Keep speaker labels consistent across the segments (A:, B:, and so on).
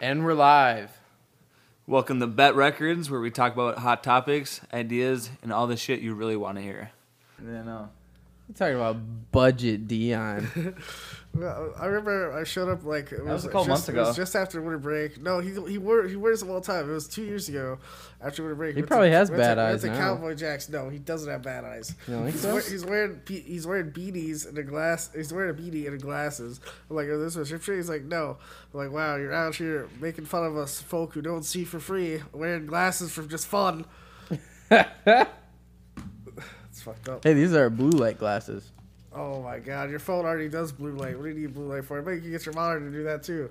A: And we're live.
B: Welcome to Bet Records, where we talk about hot topics, ideas, and all the shit you really want to hear.
A: Yeah, no. You're talking about budget Dion.
C: Well, I remember I showed up like it
B: was a couple
C: just,
B: months ago.
C: It was just after winter break. No, he he wore, he wears them all the time. It was two years ago, after winter break.
A: He
C: Went
A: probably has
C: went
A: bad
C: to, went
A: eyes
C: to
A: now.
C: Cowboy Jacks. No, he doesn't have bad eyes.
A: You don't think
C: he's,
A: so?
C: wear- he's wearing pe- he's wearing beanies and a glass. He's wearing a beanie and glasses. I'm like, oh, this was your tree. He's like, no. I'm like, wow, you're out here making fun of us folk who don't see for free, wearing glasses for just fun. It's fucked up.
A: hey, these are blue light glasses.
C: Oh my god, your phone already does blue light. What do you need blue light for? Maybe you can get your monitor to do that too.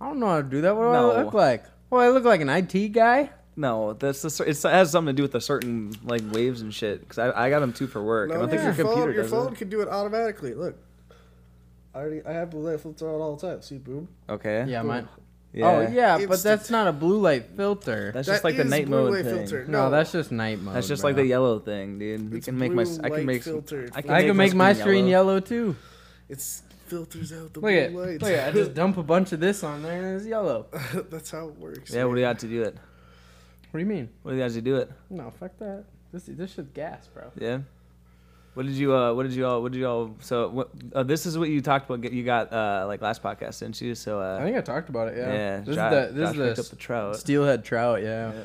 A: I don't know how to do that. What do I
B: No.
A: look like? Well, I look like an IT guy.
B: No, that's the cer- it's, it has something to do with the certain like waves and shit. Cause I, I got them too for work. I
C: No,
B: don't think your
C: phone,
B: computer
C: your
B: does
C: phone
B: it.
C: can do it automatically. Look, I already I have blue light filter on all the time. See, boom.
B: Okay.
A: Yeah, mine.
B: Yeah.
A: Oh, yeah, but
C: Instant.
A: that's not a blue light filter.
B: That's
C: That
B: just like the
C: is
B: night
C: blue
B: mode
C: light
B: thing.
C: filter.
A: no,
C: no.
A: that's just night mode.
B: That's just
A: bro.
B: like the yellow thing, dude. You
C: It's
B: can make my
C: blue
B: I can
C: light
B: make
C: filtered.
B: I can,
A: I
B: make
A: can make my
B: screen
A: screen yellow, too.
C: It filters out the
A: Look
C: blue
A: at,
C: light.
A: look at, I just dump a bunch of this on there and it's yellow. What
C: That's how it works.
B: Yeah, what do you have to do it?
A: do you mean?
B: What do you have to do it?
A: No, fuck that. This this shit's gas, bro.
B: Yeah. What did you uh what did you all what did you all so what uh, this is what you talked about get- you got uh like last podcast, didn't you? So uh
A: I think I talked about it. Oh, Yeah.
B: yeah,
A: this
B: Josh,
A: is the this
B: Josh picked
A: is
B: up
A: the,
B: the trout.
A: steelhead trout. Yeah.
B: Yeah.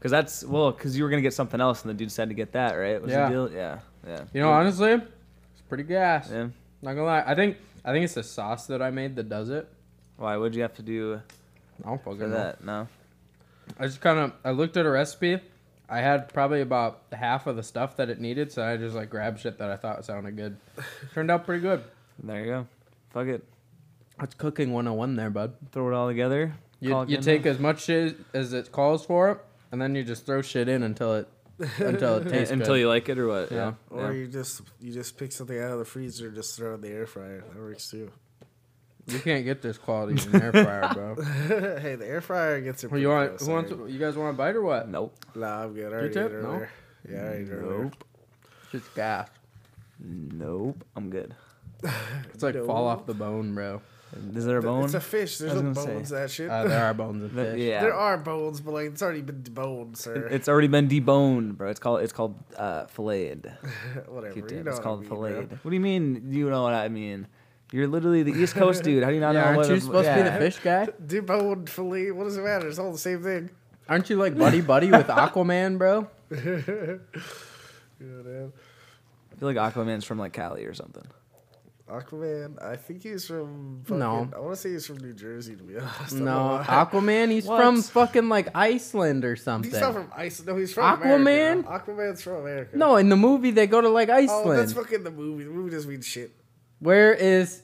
B: Cause that's well, cause you were gonna get something else, and the dude said to get that, right? Was
A: Yeah.
B: The deal? Yeah. Yeah.
A: You know, honestly, it's pretty gas.
B: Yeah.
A: Not gonna lie. I think I think it's the sauce that I made that does it.
B: Why would you have to do
A: I don't fucking
B: for
A: know.
B: that? No.
A: I just kind of I looked at a recipe. I had probably about half of the stuff that it needed, so I just like grabbed shit that I thought sounded good. Turned out pretty good.
B: There you go. Fuck it.
A: That's cooking 101 there, bud.
B: Throw it all together.
A: You,
B: Call it
A: you
B: good
A: take
B: now.
A: as much shit as it calls for, and then you just throw shit in until it until it tastes
B: until
A: good.
B: you like it or what? Yeah.
A: Yeah.
C: Or
B: yeah.
C: you just you just pick something out of the freezer and just throw it in the air fryer. That works too.
A: You can't get this quality in an air fryer, bro.
C: hey, the air fryer gets it.
A: Well, you want who wants you guys want a bite or what?
B: Nope.
C: Nah, I'm good. I already ate
A: tip?
C: it
A: No?
C: earlier. Yeah, I ate it earlier.
A: Just gas.
B: Nope. I'm good.
A: It's like fall off the bone, bro.
B: Is there a bone?
C: It's a fish. There's
B: I was
C: no
B: gonna say.
C: bones. to That shit.
A: Uh, there are bones in
B: The-
A: fish.
B: yeah.
C: There are bones, but like it's already been deboned, sir.
B: It's already been deboned, bro. It's called it's called uh, filleted.
C: Whatever.
B: Keep
C: you
B: it.
C: know
B: It's
C: what I
B: called
C: mean, bro.
B: filleted. What do you mean? You know what I mean? You're literally the East Coast dude. How do you not
A: Yeah,
B: know?
A: aren't
B: what
A: you
B: a-
A: supposed to be the
B: yeah.
A: fish guy?
C: Deboned fillet. What does it matter? It's all the same thing.
A: Aren't you like buddy buddy with Aquaman, bro?
C: You know, man.
B: I feel like Aquaman's from like Cali or something.
C: Aquaman. I think he's from. Fucking,
A: No.
C: I want to say he's from New Jersey. To be honest. I don't know
A: No,
C: why.
A: Aquaman. He's
B: What?
A: from fucking like Iceland or something.
C: He's not from Iceland. No, he's from
A: Aquaman?
C: America. Aquaman's from America.
A: no, in the movie they go to like
C: Oh,
A: Iceland.
C: that's fucking the movie. The movie doesn't mean shit.
A: Where is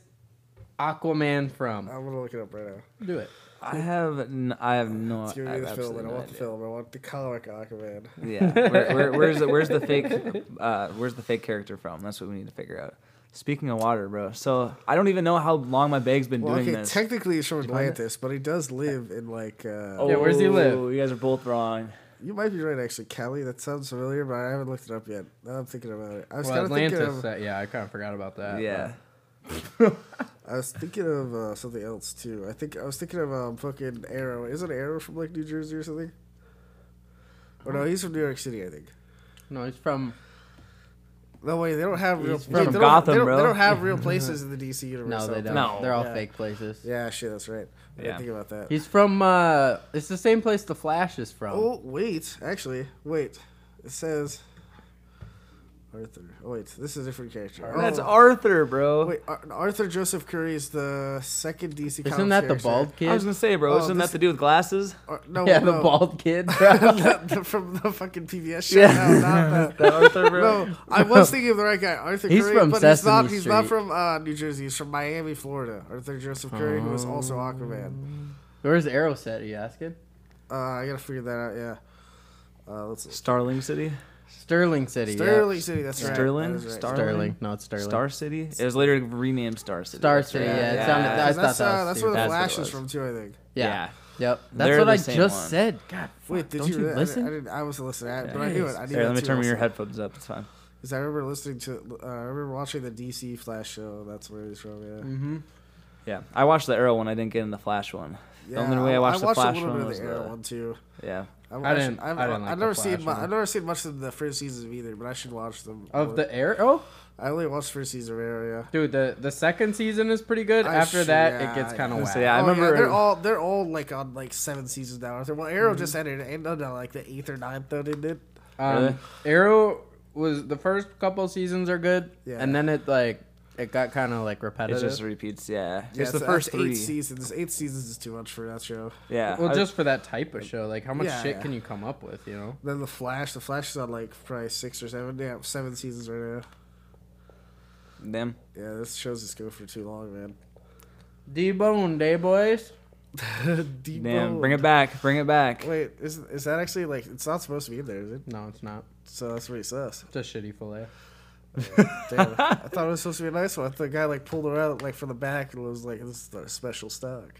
A: Aquaman from?
C: I'm gonna look it up right now.
A: Do it.
B: I have n- I have no.
C: It's gonna
B: I
C: be
B: have
C: the film,
B: absolutely
C: and I
B: no
C: want the
B: idea.
C: film. I want the comic Aquaman.
B: Yeah, Where, where, where's the where's the fake uh, where's the fake character from? That's what we need to figure out. Speaking of water, bro. So I don't even know how long my bag's been
C: Well,
B: doing
C: okay,
B: this.
C: technically he's from Atlantis, but he does live in like. Uh,
B: oh,
A: Yeah, where's he live?
B: You guys are both wrong.
C: You might be right, actually, Cali. That sounds familiar, but I haven't looked it up yet. Now I'm thinking about it. I was
A: Well,
C: kind of thinking
A: Atlantis.
C: of.
A: uh, yeah, I kind of forgot about
C: Uh,
A: that.
B: yeah.
C: I was thinking of uh, something else too. I think I was thinking of um, fucking Arrow. Isn't Arrow from like New Jersey or something? Or no, he's from New York City, I think.
A: but- No, he's from.
C: No way, they don't have real.
A: He's
C: they
B: from
C: don't-
B: Gotham,
C: they don't,
B: bro.
C: They don't have real places in the DC universe.
A: No, they don't.
B: No.
A: They're all
C: Yeah.
A: fake places.
C: Yeah, shit, that's right. I
B: Yeah.
C: didn't think about that.
A: He's from. uh It's the same place the Flash is from.
C: Oh wait, actually, wait. It says Arthur. Oh wait, this is a different character. Oh,
B: That's Arthur, bro.
C: wait. Ar- Arthur Joseph Curry is the second DC.
A: Isn't
C: Comics
A: that the
C: character.
A: bald kid?
B: I was gonna say, bro.
C: Oh,
B: isn't
C: this-
B: that to do with glasses?
C: Ar- no,
A: yeah,
C: no.
A: the bald kid.
C: from the fucking PBS show.
B: Yeah.
C: No, not that.
B: That Arthur, bro.
C: No, I was thinking of the right guy, Arthur
A: He's
C: Curry,
A: from
C: but he's
A: Sesame
C: not. He's not
A: Street.
C: from uh, New Jersey. He's from Miami, Florida. Arthur Joseph Curry, who is also Aquaman.
A: Where's Arrow set? Are you asking? Oh.
C: Uh, I gotta figure that out. Yeah. Uh, let's
B: Starling City.
A: Sterling City. yeah.
C: Sterling City. That's right.
B: Sterling?
C: That is right.
B: Star-
A: Sterling. No, it's Sterling.
B: Star City. It was later renamed Star City.
A: Star
B: That's
A: City.
B: right.
A: Yeah, it
B: Yeah.
A: sounded. I
C: That's,
A: thought
C: that's,
A: that
C: uh,
A: was
C: that's where
A: stupid.
C: the
B: That's what it
C: Flash
B: was.
C: is from too. I think.
A: Yeah. Yep. That's
B: They're
A: what
B: the
A: I
B: same
A: just
B: one.
A: said. God,
C: Wait, did
A: don't
C: you,
A: you,
C: I-
A: listen?
C: I, didn't. I was listening to that, but I
A: Yeah.
C: knew it.
B: Here,
C: I knew that
B: let me
C: too
B: turn your
C: also.
B: headphones up. It's fine. Mm.
C: 'Cause I remember listening to. Uh, I remember watching the DC Flash show. That's where he's from. Yeah.
A: mm-hmm.
B: Yeah, I watched the Arrow one. I didn't get in the Flash one.
C: Yeah,
B: the only way I watched, the Flash
C: a little
B: one
C: bit
B: was
C: of the Arrow
B: the-
C: one too.
B: yeah.
A: I didn't-
C: I've,
A: I didn't like
C: I've
A: the
C: never seen.
A: Flash
C: mu-
A: one.
C: I've never seen much of the first season of either, but I should watch them. more.
A: Of the Arrow,
C: I only watched the first season of Arrow. Yeah.
A: dude. The the second season is pretty good.
C: I
A: After
C: sh-
A: that,
C: yeah,
A: it gets
C: I-
A: kind of
B: So,
A: whack.
B: yeah, I
C: Oh,
B: remember-
C: they're all they're all like on like seven seasons now. aren't they? Well, Arrow just
B: Mm-hmm.
C: ended and ended on like the eighth or ninth, though, didn't it?
A: Um,
B: Really?
A: Arrow was the first couple seasons are good,
C: Yeah.
A: and then it like it got kind of like
B: It
A: repetitive.
B: just repeats. Yeah,
C: Yeah,
B: it's the
C: so
B: first
C: that's
B: three.
C: eight seasons. Eight seasons is too much for that show.
B: Yeah.
A: well,
B: I-
A: just for that type of show, like how much
C: Yeah,
A: shit
C: yeah.
A: can you come up with? You know,
C: Then the Flash. The Flash is on like probably six or seven. Yeah, seven seasons right now.
B: them.
C: Yeah, this show's just go for too long, man.
A: debone day boys.
C: Deep
B: Damn.
C: Bone.
B: Bring it back. Bring it back.
C: Wait, is is that actually like it's not supposed to be in there, is it?
A: No, it's not.
C: So that's what he says.
A: It's a shitty fillet.
C: Damn, I thought it was supposed to be a nice one. The guy like pulled her out like from the back and was like, "This is our special stock."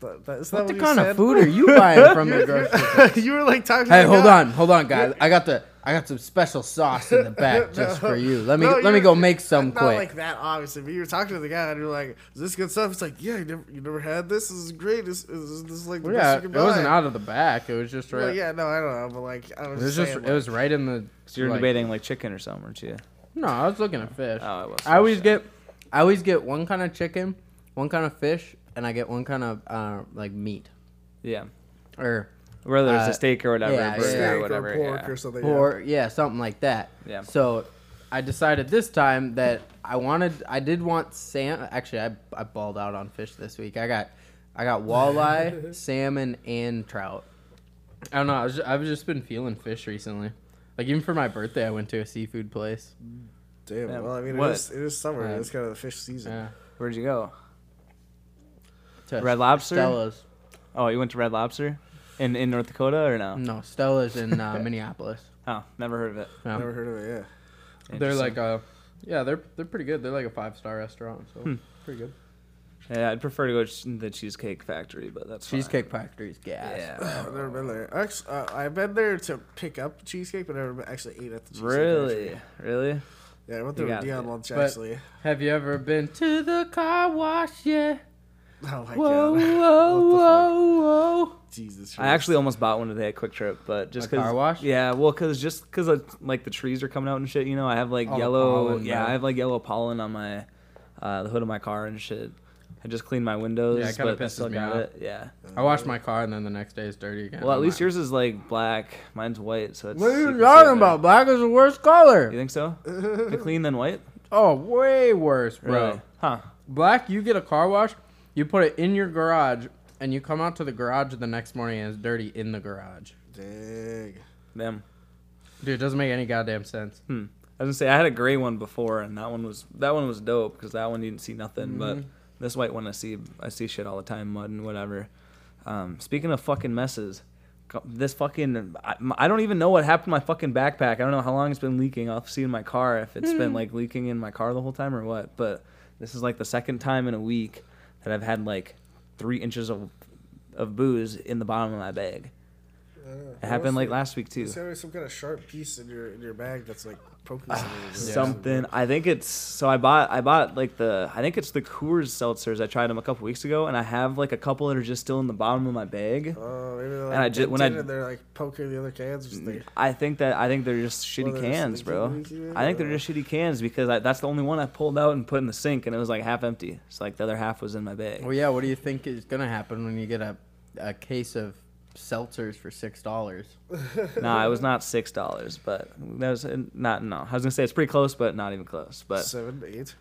C: But, but is that
A: What
C: what,
A: the
C: you
A: kind
C: said?
A: of food are you buying from the grocery?
C: you were like talking. to
A: Hey,
C: the
A: hold
C: guy.
A: on, hold on, guys. I got the I got some special sauce in the back just for you. Let me
C: No,
A: let me
C: you're-
A: go make some
C: not
A: quick.
C: like that, obviously. But you were talking to the guy and you're like, "Is this good stuff?" It's like, "Yeah, you never, you never had this. This is great. This, this, is- this is like the
A: Well, yeah,
C: best
A: it
C: you can buy."
A: wasn't out of the back. It was just
C: Well,
A: right.
C: yeah, no, I don't know, but like, I
A: It
C: was,
A: was
C: just,
A: just
C: saying,
A: it was right in the.
B: So you're
A: like-
B: debating like chicken or something, aren't you?
A: No, I was looking at fish.
B: Oh, it was
A: I always
B: fish,
A: get, I always get one kind of chicken, one kind of fish, and I get one kind of uh, like meat
B: Yeah.
A: or
B: Whether it's
A: Uh,
B: a steak or whatever,
A: yeah, yeah,
B: a burger
A: yeah.
B: or
C: steak
B: whatever.
C: or pork
B: yeah.
C: or something. yeah.
A: or yeah, something like that.
B: Yeah.
A: So, I decided this time that I wanted, I did want sam. Actually, I I balled out on fish this week. I got, I got walleye, salmon, and trout. I don't know. I was ju- I've just been feeling fish recently. Like even for my birthday, I went to a seafood place.
C: Damn.
B: Yeah,
C: Well, I mean, it
B: what?
C: is, it is summer.
A: Yeah.
C: It's kind of the fish season.
A: Yeah.
B: Where'd you go?
A: to
B: Red Lobster?
A: Stella's.
B: Oh, you went to Red Lobster, in in North Dakota or no?
A: No, Stella's in uh, Minneapolis.
B: Oh, never heard of it.
A: Yeah.
C: Never heard of it. Yeah.
A: They're like
B: Interesting. Hmm.
A: a, yeah, they're they're pretty good. They're like a five star restaurant, so pretty good.
B: yeah, I'd prefer to go to the Cheesecake Factory, but that's fine.
A: Cheesecake Factory's gas.
B: Yeah.
C: I've never been there. Actually, uh, I've been there to pick up cheesecake, but never actually ate at the cheesecake.
B: Really,
C: Factory.
B: really.
C: Yeah, I went there
B: You
C: with
B: gotta
C: Dion
B: do it.
C: once
A: But-
C: actually.
A: Have you ever been to the car wash? Yeah.
C: Oh my
A: Whoa,
C: god.
A: whoa, whoa, whoa.
C: Jesus.
B: I actually almost bought one today at Quick Trip, but just
A: A
B: because.
A: car wash?
B: Yeah, well, because just because like the trees are coming out and shit, you know, I have like
A: All Oh, the
B: yellow.
A: pollen,
B: yeah,
A: bro.
B: I have like yellow pollen on my uh, the hood of my car and shit. I just cleaned my windows,
A: Yeah, it kinda
B: but I
A: pisses
B: still
A: me
B: got
A: off.
B: it. Yeah.
A: I washed my car and then the next day it's dirty again.
B: Well, at
A: I'm
B: least
A: like,
B: yours is like black. Mine's white, so it's.
A: What are
B: you
A: you
B: can see it
A: talking
B: better.
A: about? Black is the worst
B: You
A: color.
B: think so? The clean than white?
A: Oh, way worse, bro.
B: Really? Huh.
A: Black, you get a car wash, you put it in your garage, and you come out to the garage the next morning and it's dirty in the garage.
C: Dang.
B: Them.
A: Dude, it doesn't make any goddamn sense.
B: Hmm. I was gonna say I had a gray one before, and that one was that one was dope because that one you didn't see nothing. But this white one, I see I see shit all the time, mud and whatever. Um, speaking of fucking messes, co- this fucking I, m- I don't even know what happened to my fucking backpack. I don't know how long it's been leaking. I'll see in my car if it's been like leaking in my car the whole time or what. But this is like the second time in a week that I've had like three inches of of booze in the bottom of my bag. It happened like last week too.
C: Is there some kind of sharp piece in your in your bag that's like
B: Ah,
C: poking something? in your-
B: something. I think it's so I bought I bought like the I think it's the Coors seltzers. I tried them a couple weeks ago, and I have like a couple that are just still in the bottom of my bag.
C: Oh, maybe they're like
B: I ju- when I- Mm,
C: dented and they're like poking the other cans or something.
B: I think that I think they're just shitty
C: Well, they're
B: cans,
C: sneaky,
B: bro.
C: sneaky, man.
B: I think they're just shitty cans because I, that's the only one I pulled out and put in the sink, and it was like half empty. So like the other half was in my bag.
A: Well, yeah. What do you think is gonna happen when you get a, a case of seltzers for six dollars?
B: nah, it was not six dollars, but that was not no. I was gonna say it's pretty close, but not even close. But
C: Seven, eight,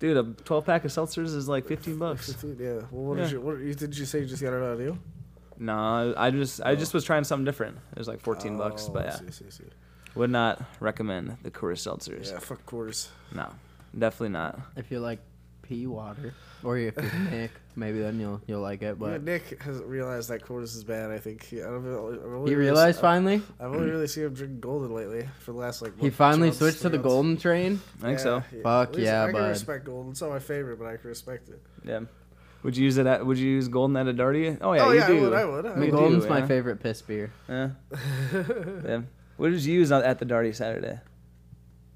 B: dude, a twelve pack of seltzers is like fifteen bucks.
C: fifteen. Yeah. Well, what
B: Yeah.
C: did you? What you- did you say? You just got it out of you?
B: No, I just I just was trying something different. It was like fourteen bucks,
C: Oh,
B: but
C: I
B: yeah.
C: see, see, see.
B: Would not recommend the Coors seltzers.
C: Yeah, fuck quarters.
B: No, definitely not.
A: If you like pee water, or if you're Nick, maybe then you'll you'll like it.
C: Yeah,
A: But
C: Nick has realized that quarters is bad. I think he, I don't know, I've only
A: he
C: really-
A: realized finally.
C: I've only really seen him drink golden lately for the last like.
A: He
C: what,
A: finally
C: two months,
A: switched to the
C: three months?
A: golden train.
B: I think so.
C: yeah.
A: Fuck
C: At least
A: yeah,
C: I can
A: bud.
C: respect golden. It's not my favorite, but I can respect it.
B: Yeah. Would you use it? At, would you use golden at a darty? Oh yeah,
C: Oh,
B: you
C: yeah, I
B: do.
C: would, I would, I
A: The
C: We would. do,
A: golden's
B: do,
A: my
B: yeah.
A: favorite piss beer.
B: Yeah. yeah. What did you use on- at the darty Saturday?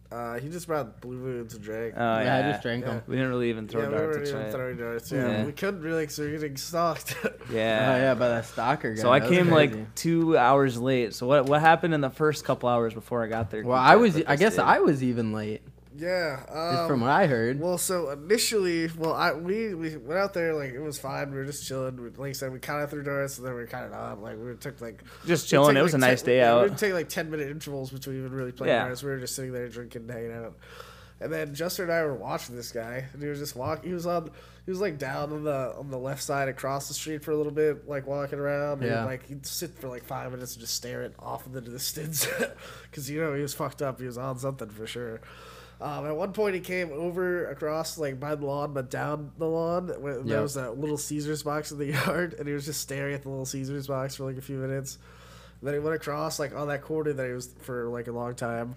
C: Uh, he just brought blue moon to drink.
B: Oh yeah,
A: Yeah, I just drank
C: Yeah.
A: 'em.
B: We didn't really even throw
C: yeah, we
B: darts
C: weren't
B: at
C: even
B: tonight.
C: throwing darts. Yeah,
B: Yeah.
C: we couldn't really because we were getting stalked.
B: yeah.
A: Oh yeah, by that stalker guy.
B: So I
A: That was
B: came
A: crazy.
B: like two hours late. So what what happened in the first couple hours before I got there?
A: Well, I was.
B: compared to
A: I
B: this
A: guess
B: day?
A: I was even late,
C: yeah.
A: just
C: Um,
A: from what I heard.
C: Well, so initially, well, I we, we went out there like it was fine. We were just chilling. We, like I said, we kind of threw darts, and then we were kind of up. Like we took like
B: just
C: It'd
B: chilling.
C: take,
B: It was a
C: like,
B: nice
C: ten-
B: day
C: yeah, It would
B: out.
C: take like ten minute intervals between even really playing
B: Yeah.
C: darts. We were just sitting there drinking, hanging out. And then Jester and I were watching this guy, and he was just walk. He was on, he was like down on the on the left side across the street for a little bit, like walking around. And
A: Yeah.
C: like he'd sit for like five minutes and just stare it off into the distance, because you know he was fucked up. He was on something for sure. Um, at one point, he came over across like by the lawn, but down the lawn. Where
A: Yep.
C: There was that little Caesar's box in the yard, and he was just staring at the little Caesar's box for like a few minutes. Then he went across like on that corner that he was for like a long time,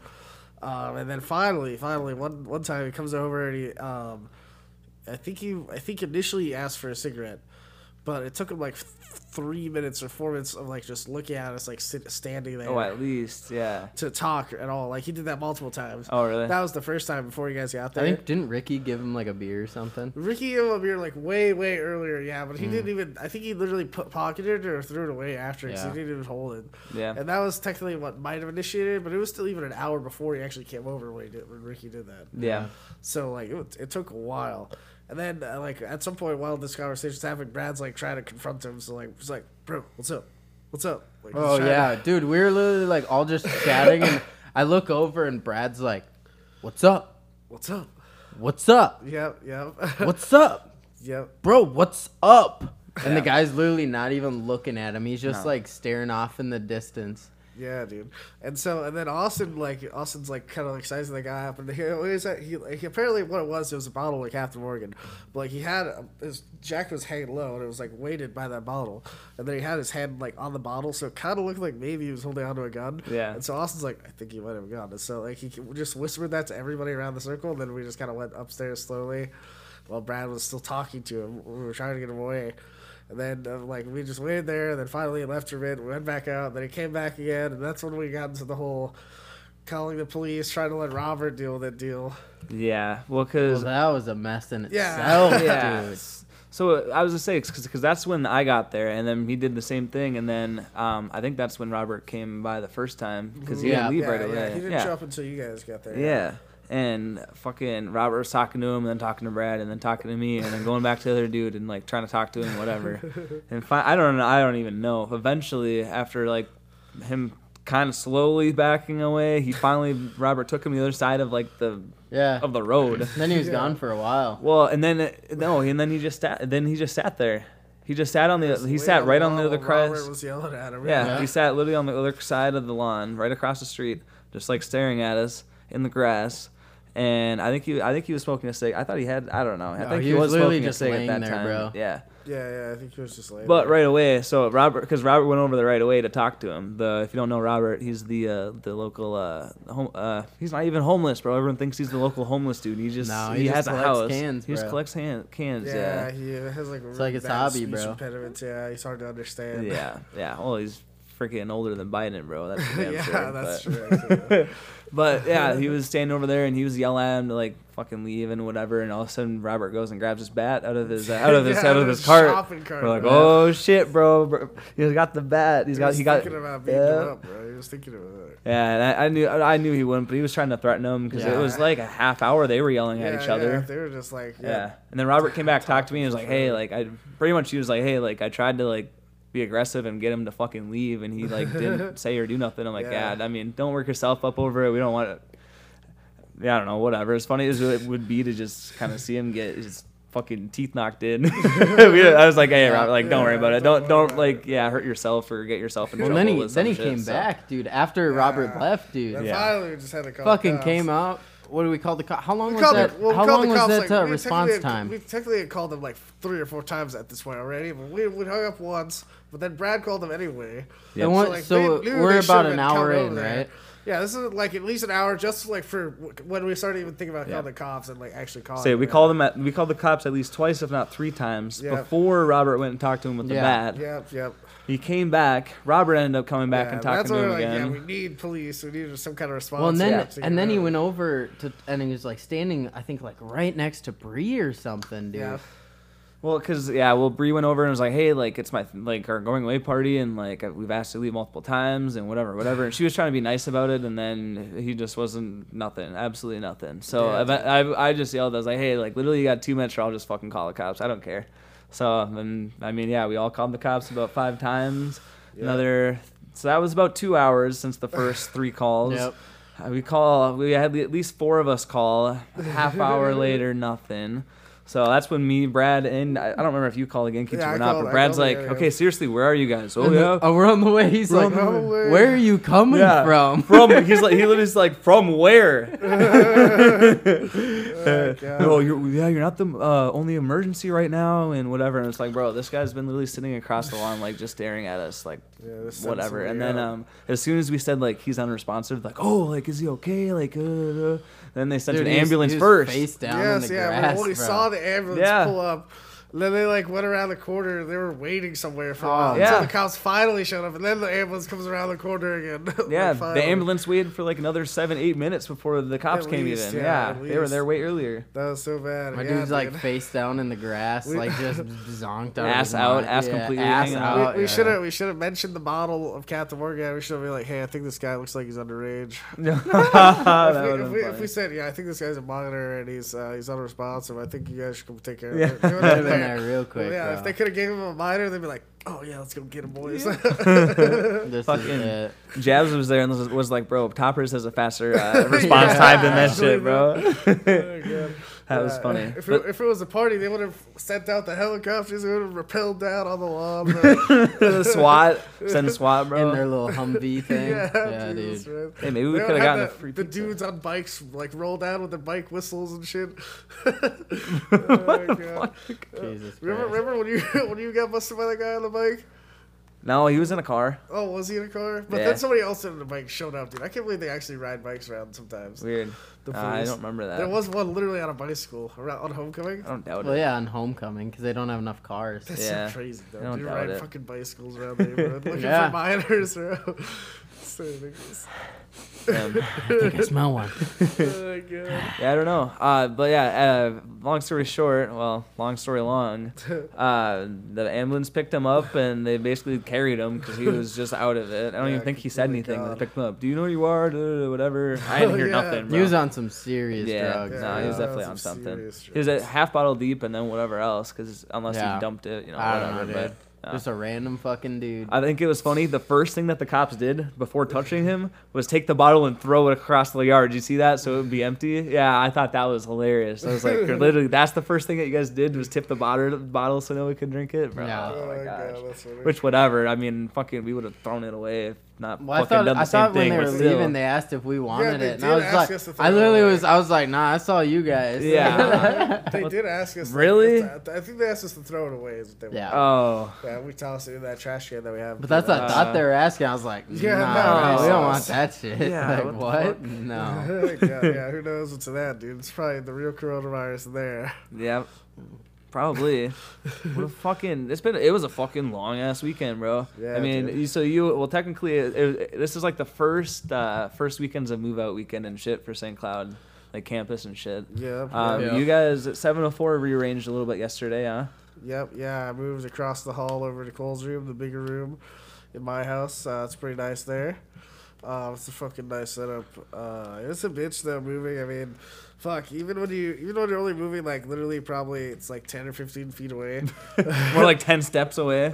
C: um, and then finally, finally, one one time he comes over and he, um, I think he, I think initially he asked for a cigarette, but it took him like th- three minutes or four minutes of like just looking at us like sit, standing there
B: Oh, at least yeah.
C: to talk at all. Like he did that multiple times.
B: Oh, really?
C: That was the first time before you guys got
A: I
C: there.
A: think didn't Ricky give him like a beer or something?
C: Ricky gave him a beer like way, way earlier, yeah, but he
A: Hmm.
C: didn't even. I think he literally put pocketed it or threw it away after because
A: Yeah.
C: he didn't even hold it.
B: Yeah.
C: and that was technically what might have initiated, but it was still even an hour before he actually came over when, he did, when Ricky did that.
A: Hmm.
B: Yeah.
C: So like it, wa- it took a while, and then uh, like at some point while this conversation's happening, Brad's like trying to confront him. So like he's like, "Bro, what's up? What's up?" Like, he's
A: Oh
C: trying to-
A: yeah, dude, we were literally like all just chatting, and I look over and Brad's like, "What's up?
C: what's up?
A: What's up?
C: Yep, yep,
A: What's up,
C: yep.
A: bro? What's up?" And the
B: Yeah.
A: guy's literally not even looking at him. He's just
B: No.
A: like staring off in the distance.
C: Yeah, dude. And so, and then Austin, like, Austin's, like, kind of, like, sizing the guy up. And he always, he, he, apparently, what it was, it was a bottle of Captain Morgan. But, like, he had, um, his jacket was hanging low, and it was, like, weighted by that bottle. And then he had his hand, like, on the bottle, so it kind of looked like maybe he was holding onto a gun.
B: Yeah.
C: And so Austin's like, I think he might have a gun. And so, like, he just whispered that to everybody around the circle, and then we just kind of went upstairs slowly while Brad was still talking to him. We were trying to get him away. And then, uh, like, we just waited there, and then finally he left for a bit, went back out, then he came back again, and that's when we got into the whole calling the police, trying to let Robert deal with that deal.
B: Yeah. Well,
A: Well,
B: because
A: that was a mess in
C: Yeah.
A: itself,
B: yeah.
A: dude.
B: So uh, I was gonna say because that's when I got there, and then he did the same thing, and then um, I think that's when Robert came by the first time because he
A: Yeah.
B: didn't leave
C: yeah,
B: right
C: yeah,
B: away.
C: he didn't
B: yeah.
C: show up until you guys got there.
B: Yeah. And fucking Robert was talking to him, and then talking to Brad, and then talking to me, and then going back to the other dude, and like trying to talk to him, whatever. and fi- I don't know, I don't even know. Eventually, after like him kind of slowly backing away, he finally Robert took him to the other side of like the
A: Yeah.
B: of the road.
A: Then he was
C: Yeah.
A: gone for a while.
B: Well, and then it- no, and then he just sat. Then he just sat there. He just sat on the. He sat right on the other
C: Robert
B: crest.
C: was yelling at him.
B: Yeah,
A: Yeah.
B: he sat literally on the other side of the lawn, right across the street, just like staring at us in the grass. And I think he, I think he was smoking a cig. I thought he had, I don't know. I
A: No,
B: think
A: he
B: he,
A: was
B: was,
A: literally
B: smoking
A: just
B: a cig
A: laying
B: at that
A: there,
B: time.
A: bro.
B: Yeah,
C: Yeah, yeah, I think he was just like.
B: but right away, so Robert, because Robert went over there right away to talk to him. The if you don't know Robert, he's the uh, the local uh, home, uh he's not even homeless, bro. Everyone thinks he's the local homeless dude. He just
A: No,
B: he,
A: he just
B: has a
A: collects
B: house.
A: cans,
B: he just
A: bro.
B: collects hand, cans.
C: Yeah,
B: Yeah,
C: he uh, has like it's
A: like his hobby, bro.
C: Impediments. Yeah, he's hard to
B: yeah,
C: understand.
B: yeah. Well, he's freaking older than Biden, bro. That's for damn
C: yeah,
B: sure,
C: that's
B: but-
C: true. actually.
B: But yeah, he was standing over there and he was yelling at him to like fucking leave and whatever. And all of a sudden, Robert goes and grabs his bat out of his uh, out of his
C: Yeah,
B: out of his cart.
C: shopping
B: We're like,
C: bro.
B: oh shit, bro, bro. He's got the bat. He's
C: He
B: got
C: was
B: he got.
C: thinking about beating him
B: Yeah,
C: up, bro. He was thinking about it.
B: yeah. And I, I knew I knew he wouldn't, but he was trying to threaten him because it
A: Yeah.
B: was like a half hour they were yelling at each other.
C: they were just like,
B: Yeah.
C: yeah,
B: And then Robert came back, talked to me, and was like, hey, like I pretty much he was like, hey, like I tried to like be aggressive and get him to fucking leave, and he like didn't say or do nothing. I'm like,
C: Yeah.
B: yeah. I mean, don't work yourself up over it. We don't want it. Yeah, I don't know, whatever. As funny as it would be to just kind of see him get his fucking teeth knocked in, we, I was like, hey, Robert, like don't worry about it. Don't don't like yeah, hurt yourself or get yourself in
A: Well,
B: trouble.
A: then he
B: with
A: then
B: some
A: he
B: shit,
A: came
B: so.
A: back, dude. After Robert
C: Yeah.
A: left, dude.
C: Then
B: Yeah.
C: finally, we just had to call.
A: fucking
C: the cops.
A: came out. What do we call the cop? How long
C: We
A: was
C: called the-
A: that?
C: well, we
A: how
C: called the
A: long was
C: cops,
A: that
C: like,
A: uh,
C: we
A: response
C: technically had-
A: time?
C: We technically had called them like three or four times at this point already, but we, we hung up once. But then Brad called them anyway.
A: They want- so
C: they knew
A: we're
C: they
A: about
C: should've
A: an
C: been
A: hour
C: coming
A: in,
C: over there.
A: right?
C: Yeah, this is like at least an hour just like for w- when we started even thinking about
B: Yeah.
C: calling the cops and like actually calling.
B: Say
C: them
B: we
C: out.
B: called them at we called the cops at least twice, if not three times,
C: Yeah.
B: before Robert went and talked to him with the
A: Yeah.
B: bat.
C: Yep, yep.
B: He came back. Robert ended up coming back
C: Yeah,
B: and talking
C: that's
B: to
C: why
B: him
C: we're like,
B: again.
C: Yeah, we need police. We need some kind of response.
A: Well, and then
C: yeah, to
A: and
C: get
A: then
C: rid
A: he
C: of
A: went over to and he was like standing, I think like right next to Bree or something,
C: it.
A: dude.
C: Yeah,
B: Well, because yeah, well, Bree went over and was like, "Hey, like it's my like our going away party, and like uh, we've asked to leave multiple times, and whatever, whatever." And she was trying to be nice about it, and then he just wasn't nothing, absolutely nothing. So
C: Yeah.
B: eve- I, I just yelled, I was like, "Hey, like literally, you got two minutes, or I'll just fucking call the cops. I don't care." So and I mean, yeah, we all called the cops about five times.
C: Yeah.
B: Another, so that was about two hours since the first three calls.
A: Yep.
B: Uh, We call. We had at least four of us call. A half hour later, nothing. So that's when me, Brad, and I I don't remember if you called the gamekeeper
C: Yeah, I
B: or not.
C: called-
B: but
C: I
B: Brad's
C: called the
B: like,
C: area.
B: "Okay, seriously, where are you guys?" Oh
A: And the-
B: yeah,
A: oh, we're on the way. He's
B: We're
A: like,
B: on the
C: way.
A: where are you coming
B: Yeah.
A: from?
B: from. He's like, he literally's like, "From where?"
C: God.
B: no, you're yeah, you're not the uh, only emergency right now, and whatever. And it's like, bro, this guy's been literally sitting across the lawn, like just staring at us, like
C: Yeah, this sends
B: whatever. And
C: somebody
B: then
C: out.
B: um, as soon as we said like he's unresponsive, like oh, like is he okay? Like uh, uh, then they sent
A: Dude,
B: an
A: he was-
B: ambulance
A: he was
B: first.
A: Face down in
C: yes,
A: the
C: yeah.
A: grass,
C: we only
A: bro.
C: saw the ambulance
B: Yeah.
C: pull up. And then they like went around the corner. They were waiting somewhere for a
A: Oh,
C: while
B: yeah.
C: until the cops finally showed up, and then the ambulance comes around the corner again. Like,
B: Yeah,
C: finally.
B: the ambulance waited for like another seven, eight minutes before the cops came
C: least,
B: even.
C: yeah,
B: Yeah,
C: at
B: they were there
C: least.
B: way earlier.
C: That was so bad.
A: My
C: yeah,
A: dude's like
C: dude.
A: face down in the grass,
C: We-
A: like just zonked out. of
B: Ass
A: his
B: out,
A: mind.
B: ass
A: Yeah,
B: completely
A: ass
B: hanging
C: We,
A: out.
B: out.
C: we
A: yeah.
C: should have we should have mentioned the model of Captain Morgan. We should have been like, hey, I think this guy looks like he's underage.
B: Ah, That
C: if, we,
B: would've been
C: if, we,
B: funny.
C: if we said, yeah, I think this guy's a monitor and he's uh, he's unresponsive. I think you guys should come take care
B: Yeah.
C: of it. They would've
A: Could have been
C: been there.
A: there real quick.
C: yeah,
A: bro.
C: if they could have gave him a minor, they'd be like, oh yeah, let's go get him, boys.
A: This is
B: Fucking-
A: it.
B: Jabs was there and was, was like, bro, Toppers has a faster uh, response time than that shit, bro. that
C: Oh, God.
B: was
C: Uh,
B: funny.
C: If it,
B: But
C: if it was a party, they would have sent out the helicopters. They would have rappelled down on the lawn.
B: the SWAT, send SWAT,
A: in their
B: bro.
A: little Humvee thing.
C: yeah,
A: yeah,
C: Jesus,
A: dude.
C: man.
B: Hey, maybe we
C: They
B: could have
C: would've had
B: gotten a
C: the,
B: free
C: the
B: pizza.
C: dudes on bikes like roll down with their bike whistles and shit. oh, my God.
A: Jesus
C: Remember,
A: Christ.
C: remember when you when you got busted by that guy on the bike?
B: No, he was in a car.
C: Oh, was he in a car? But
B: Yeah.
C: then somebody else on the bike showed up, dude. I can't believe they actually ride bikes around sometimes.
B: Weird.
C: The
B: Uh, I
C: police.
B: don't remember that.
C: There was one literally on a bicycle around on homecoming.
B: I don't doubt
A: Well,
B: it.
A: yeah, on homecoming because they don't have enough cars.
C: That's
B: Yeah.
C: so crazy, though.
B: I don't
C: Dude,
B: doubt
C: ride
B: it.
C: fucking bicycles around the neighborhood looking
A: Yeah.
C: for minors, bro. so ridiculous.
B: Damn.
A: I think I smell one.
C: Oh, my God.
B: Yeah, I don't know. Uh, but yeah, uh, long story short, well, long story long, uh, the ambulance picked him up and they basically carried him because he was just out of it. I don't
C: Yeah,
B: even think he said
C: oh my
B: anything. when They
C: God.
B: picked him up. Do you know where you are? Duh, duh, duh, Whatever. I didn't hear
C: Oh, yeah.
B: nothing. Bro.
A: He was on some serious
B: yeah,
A: drugs.
B: no, he was
A: bro.
C: Yeah,
B: definitely
C: some
B: on something.
C: serious
B: He was a
C: drugs.
B: half bottle deep and then whatever else, because unless
A: Yeah.
B: he dumped it, you know,
A: I don't
B: whatever.
A: know,
B: but uh.
A: dude.
B: yeah.
A: Just a random fucking dude.
B: I think it was funny. The first thing that the cops did before touching him was take the bottle and throw it across the yard. Did you see that? So it would be empty. Yeah, I thought that was hilarious. I was like, literally, that's the first thing that you guys did was tip the bottle, bottle so no one could drink it. Bro,
A: Yeah.
B: Oh, my gosh.
C: that's funny.
B: Which whatever. I mean, fucking, we would have thrown it away if not
A: Well, I
B: fucking
A: thought,
B: done the
A: I
B: same
A: thought
B: thing.
A: when they were
B: but still.
A: leaving, they asked if we wanted
C: they
A: it, and
C: did
A: I
C: ask us
A: was
C: to
A: like,
C: throw
A: I literally
C: it away.
A: was, I was like, nah, I saw you guys.
B: Yeah.
C: they did ask us.
B: Really?
C: Like, I think they asked us to throw it away. Is what they wanted.
A: Yeah.
B: oh,
C: Yeah, we tossed it in that trash can that we have.
A: But that's what I
B: Uh,
A: thought they were asking. I was like,
C: Yeah,
A: nah,
B: no,
A: we don't
B: it's-
A: want that shit.
B: yeah,
A: like,
B: what the
A: what?
B: fuck?
A: No.
C: yeah, yeah, who knows what's in that, dude? It's probably the real coronavirus in there.
B: yeah. Probably. what a fucking. It's been. It was a fucking long ass weekend, bro.
C: Yeah,
B: I mean,
C: dude.
B: you, so you. Well, technically, it, it, this is like the first uh, first weekends of move out weekend and shit for St. Cloud, like campus and shit.
C: Yeah,
B: Um,
A: Yeah.
B: You guys at 704 rearranged a little bit yesterday, huh?
C: Yep, yeah. I moved across the hall over to Cole's room, the bigger room in my house. Uh, it's pretty nice there. Uh, it's a fucking nice setup. Uh, it's a bitch though moving. I mean, fuck. Even when you, even when you're only moving like literally probably it's like ten or fifteen feet away.
B: We're like 10 steps away.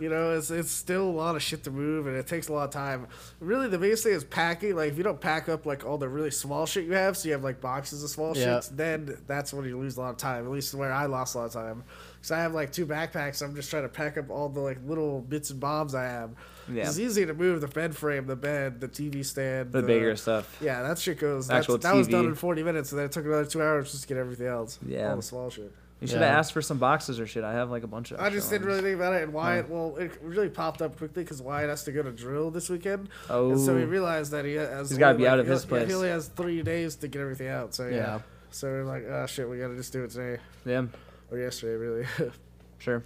C: you know, it's it's still a lot of shit to move, and it takes a lot of time. Really, the biggest thing is packing. Like, if you don't pack up like all the really small shit you have, so you have like boxes of small
A: Yeah.
C: shits, then that's when you lose a lot of time. At least where I lost a lot of time, because I have like two backpacks. I'm just trying to pack up all the like little bits and bobs I have.
B: Yeah.
C: It's easy to move the bed frame, the bed, the TV stand,
B: The bigger stuff.
C: Yeah, that shit goes. That's,
B: Actual
C: that was done
B: TV.
C: in 40 minutes, and then it took another two hours just to get everything else.
B: Yeah.
C: all the small shit.
B: You should
A: Yeah.
B: have asked for some boxes or shit. I have like a bunch of.
C: I just
B: extra
C: didn't really
B: ones.
C: think about it, and Wyatt. Well, it really popped up quickly because Wyatt has to go to drill this weekend,
B: Oh,
C: and so we realized that he has.
B: He's gotta
C: only,
B: be out of
C: he'll-
B: his
C: yeah,
B: place.
C: he only has three days to get everything out. So yeah.
A: Yeah.
C: So we're like, oh shit, we gotta just do it today
B: yeah,
C: or yesterday, really.
B: sure.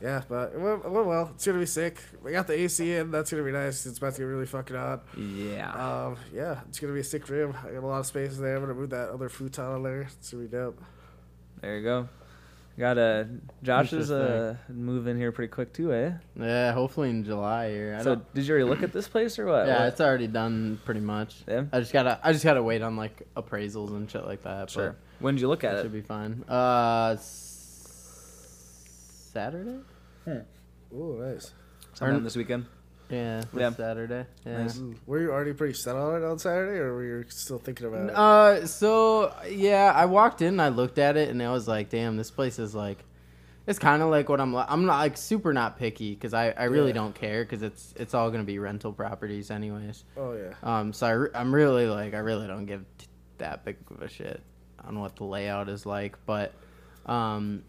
C: yeah, but it went, it went well. It's gonna be sick. We got the AC in. That's gonna be nice. It's about to get really fucking hot.
B: Yeah.
C: Um, yeah, it's gonna be a sick room. I got a lot of space in there. I'm gonna move that other futon in there. It's gonna be dope.
B: there you go. Got a Josh is uh, moving here pretty quick too, eh?
A: Yeah, hopefully in July here. I
B: so
A: don't,
B: did you already look at this place or what?
A: yeah,
B: What-
A: it's already done pretty much.
B: Yeah?
A: I just gotta I just gotta wait on like appraisals and shit like that.
B: sure. When did you look
A: but
B: at
A: it
B: it?
A: should be fine. Uh, s- Saturday.
C: Ooh, nice.
B: Sometime this weekend.
A: Yeah, this
B: Yeah.
A: Saturday. Yeah.
B: Nice.
C: Ooh, Were you already pretty set on it on Saturday, or were you still thinking about it?
A: Uh, so yeah, I walked in and I looked at it and I was like, damn, this place is like, it's kind of like what I'm. Li- I'm not like super not picky because I I really
C: Yeah.
A: don't care because it's it's all gonna be rental properties anyways.
C: Oh yeah.
A: Um, so I re- I'm really like I really don't give t- that big of a shit on what the layout is like, but um,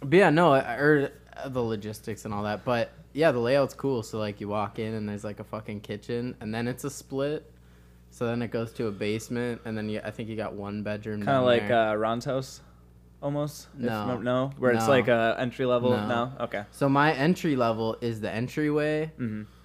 A: but yeah, no, I- or uh, the logistics and all that, but yeah, the layout's cool. So like you walk in and there's like a fucking kitchen, and then it's a split. So then it goes to a basement, and then you, I think you got one bedroom.
B: Kind of
A: down
B: like
A: there.
B: uh, Ron's house, almost. if
A: No.
B: mem- no. Where it's
A: No.
B: like uh, entry level.
A: No.
B: No. Okay. Mm-hmm.
A: so my entry level is the entryway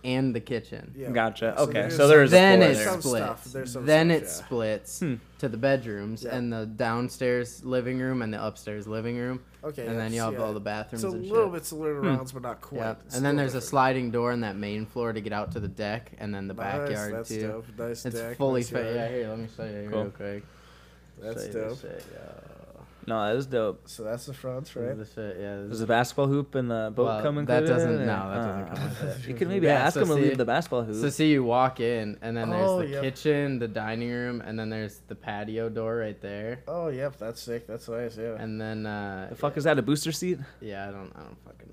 A: and the kitchen.
C: Yeah.
B: Gotcha.
C: So
B: Okay,
C: there's-
B: so there is a
A: then
B: floor
A: it
B: there.
C: Some stuff.
A: splits.
C: There's some
A: Then
C: stuff,
A: it
C: yeah.
A: splits
B: Hmm.
A: to the bedrooms
C: Yeah.
A: and the downstairs living room and the upstairs living room.
C: Okay.
A: and then you
C: that's-
A: have
C: yeah.
A: all the bathrooms
C: It's a
A: and shit. Hmm.
C: little bit similar to rounds, but not quite.
A: Yep.
C: It's
A: And then
C: still
A: there's a
C: different.
A: sliding door in that main floor to get out to the deck and then the
C: Nice,
A: backyard
C: that's
A: too.
C: Dope. Nice
A: It's
C: deck,
A: fully
C: nice
A: fit.
C: yard.
A: Yeah, here, let me show you
B: Cool.
A: real quick.
C: That's
A: Show you
C: dope.
A: this shit, yo.
B: No, that is dope.
C: So that's the front,
A: This is
C: right?
A: the shit, yeah. This
B: Does
A: is-
B: the basketball hoop and the boat
A: Well,
B: come
A: that
B: included?
A: doesn't-
B: in it?
A: no, that doesn't come with it.
B: Ah. You could maybe
A: Yeah,
B: ask
A: so
B: him to
A: see-
B: leave the basketball hoop.
A: so see you walk in and then there's
C: Oh,
A: the
C: yep.
A: kitchen, the dining room, and then there's the patio door right there.
C: Oh, yep. That's sick. That's nice. Yeah.
A: And then uh
B: the fuck is that? A booster seat?
A: yeah, I don't I don't fucking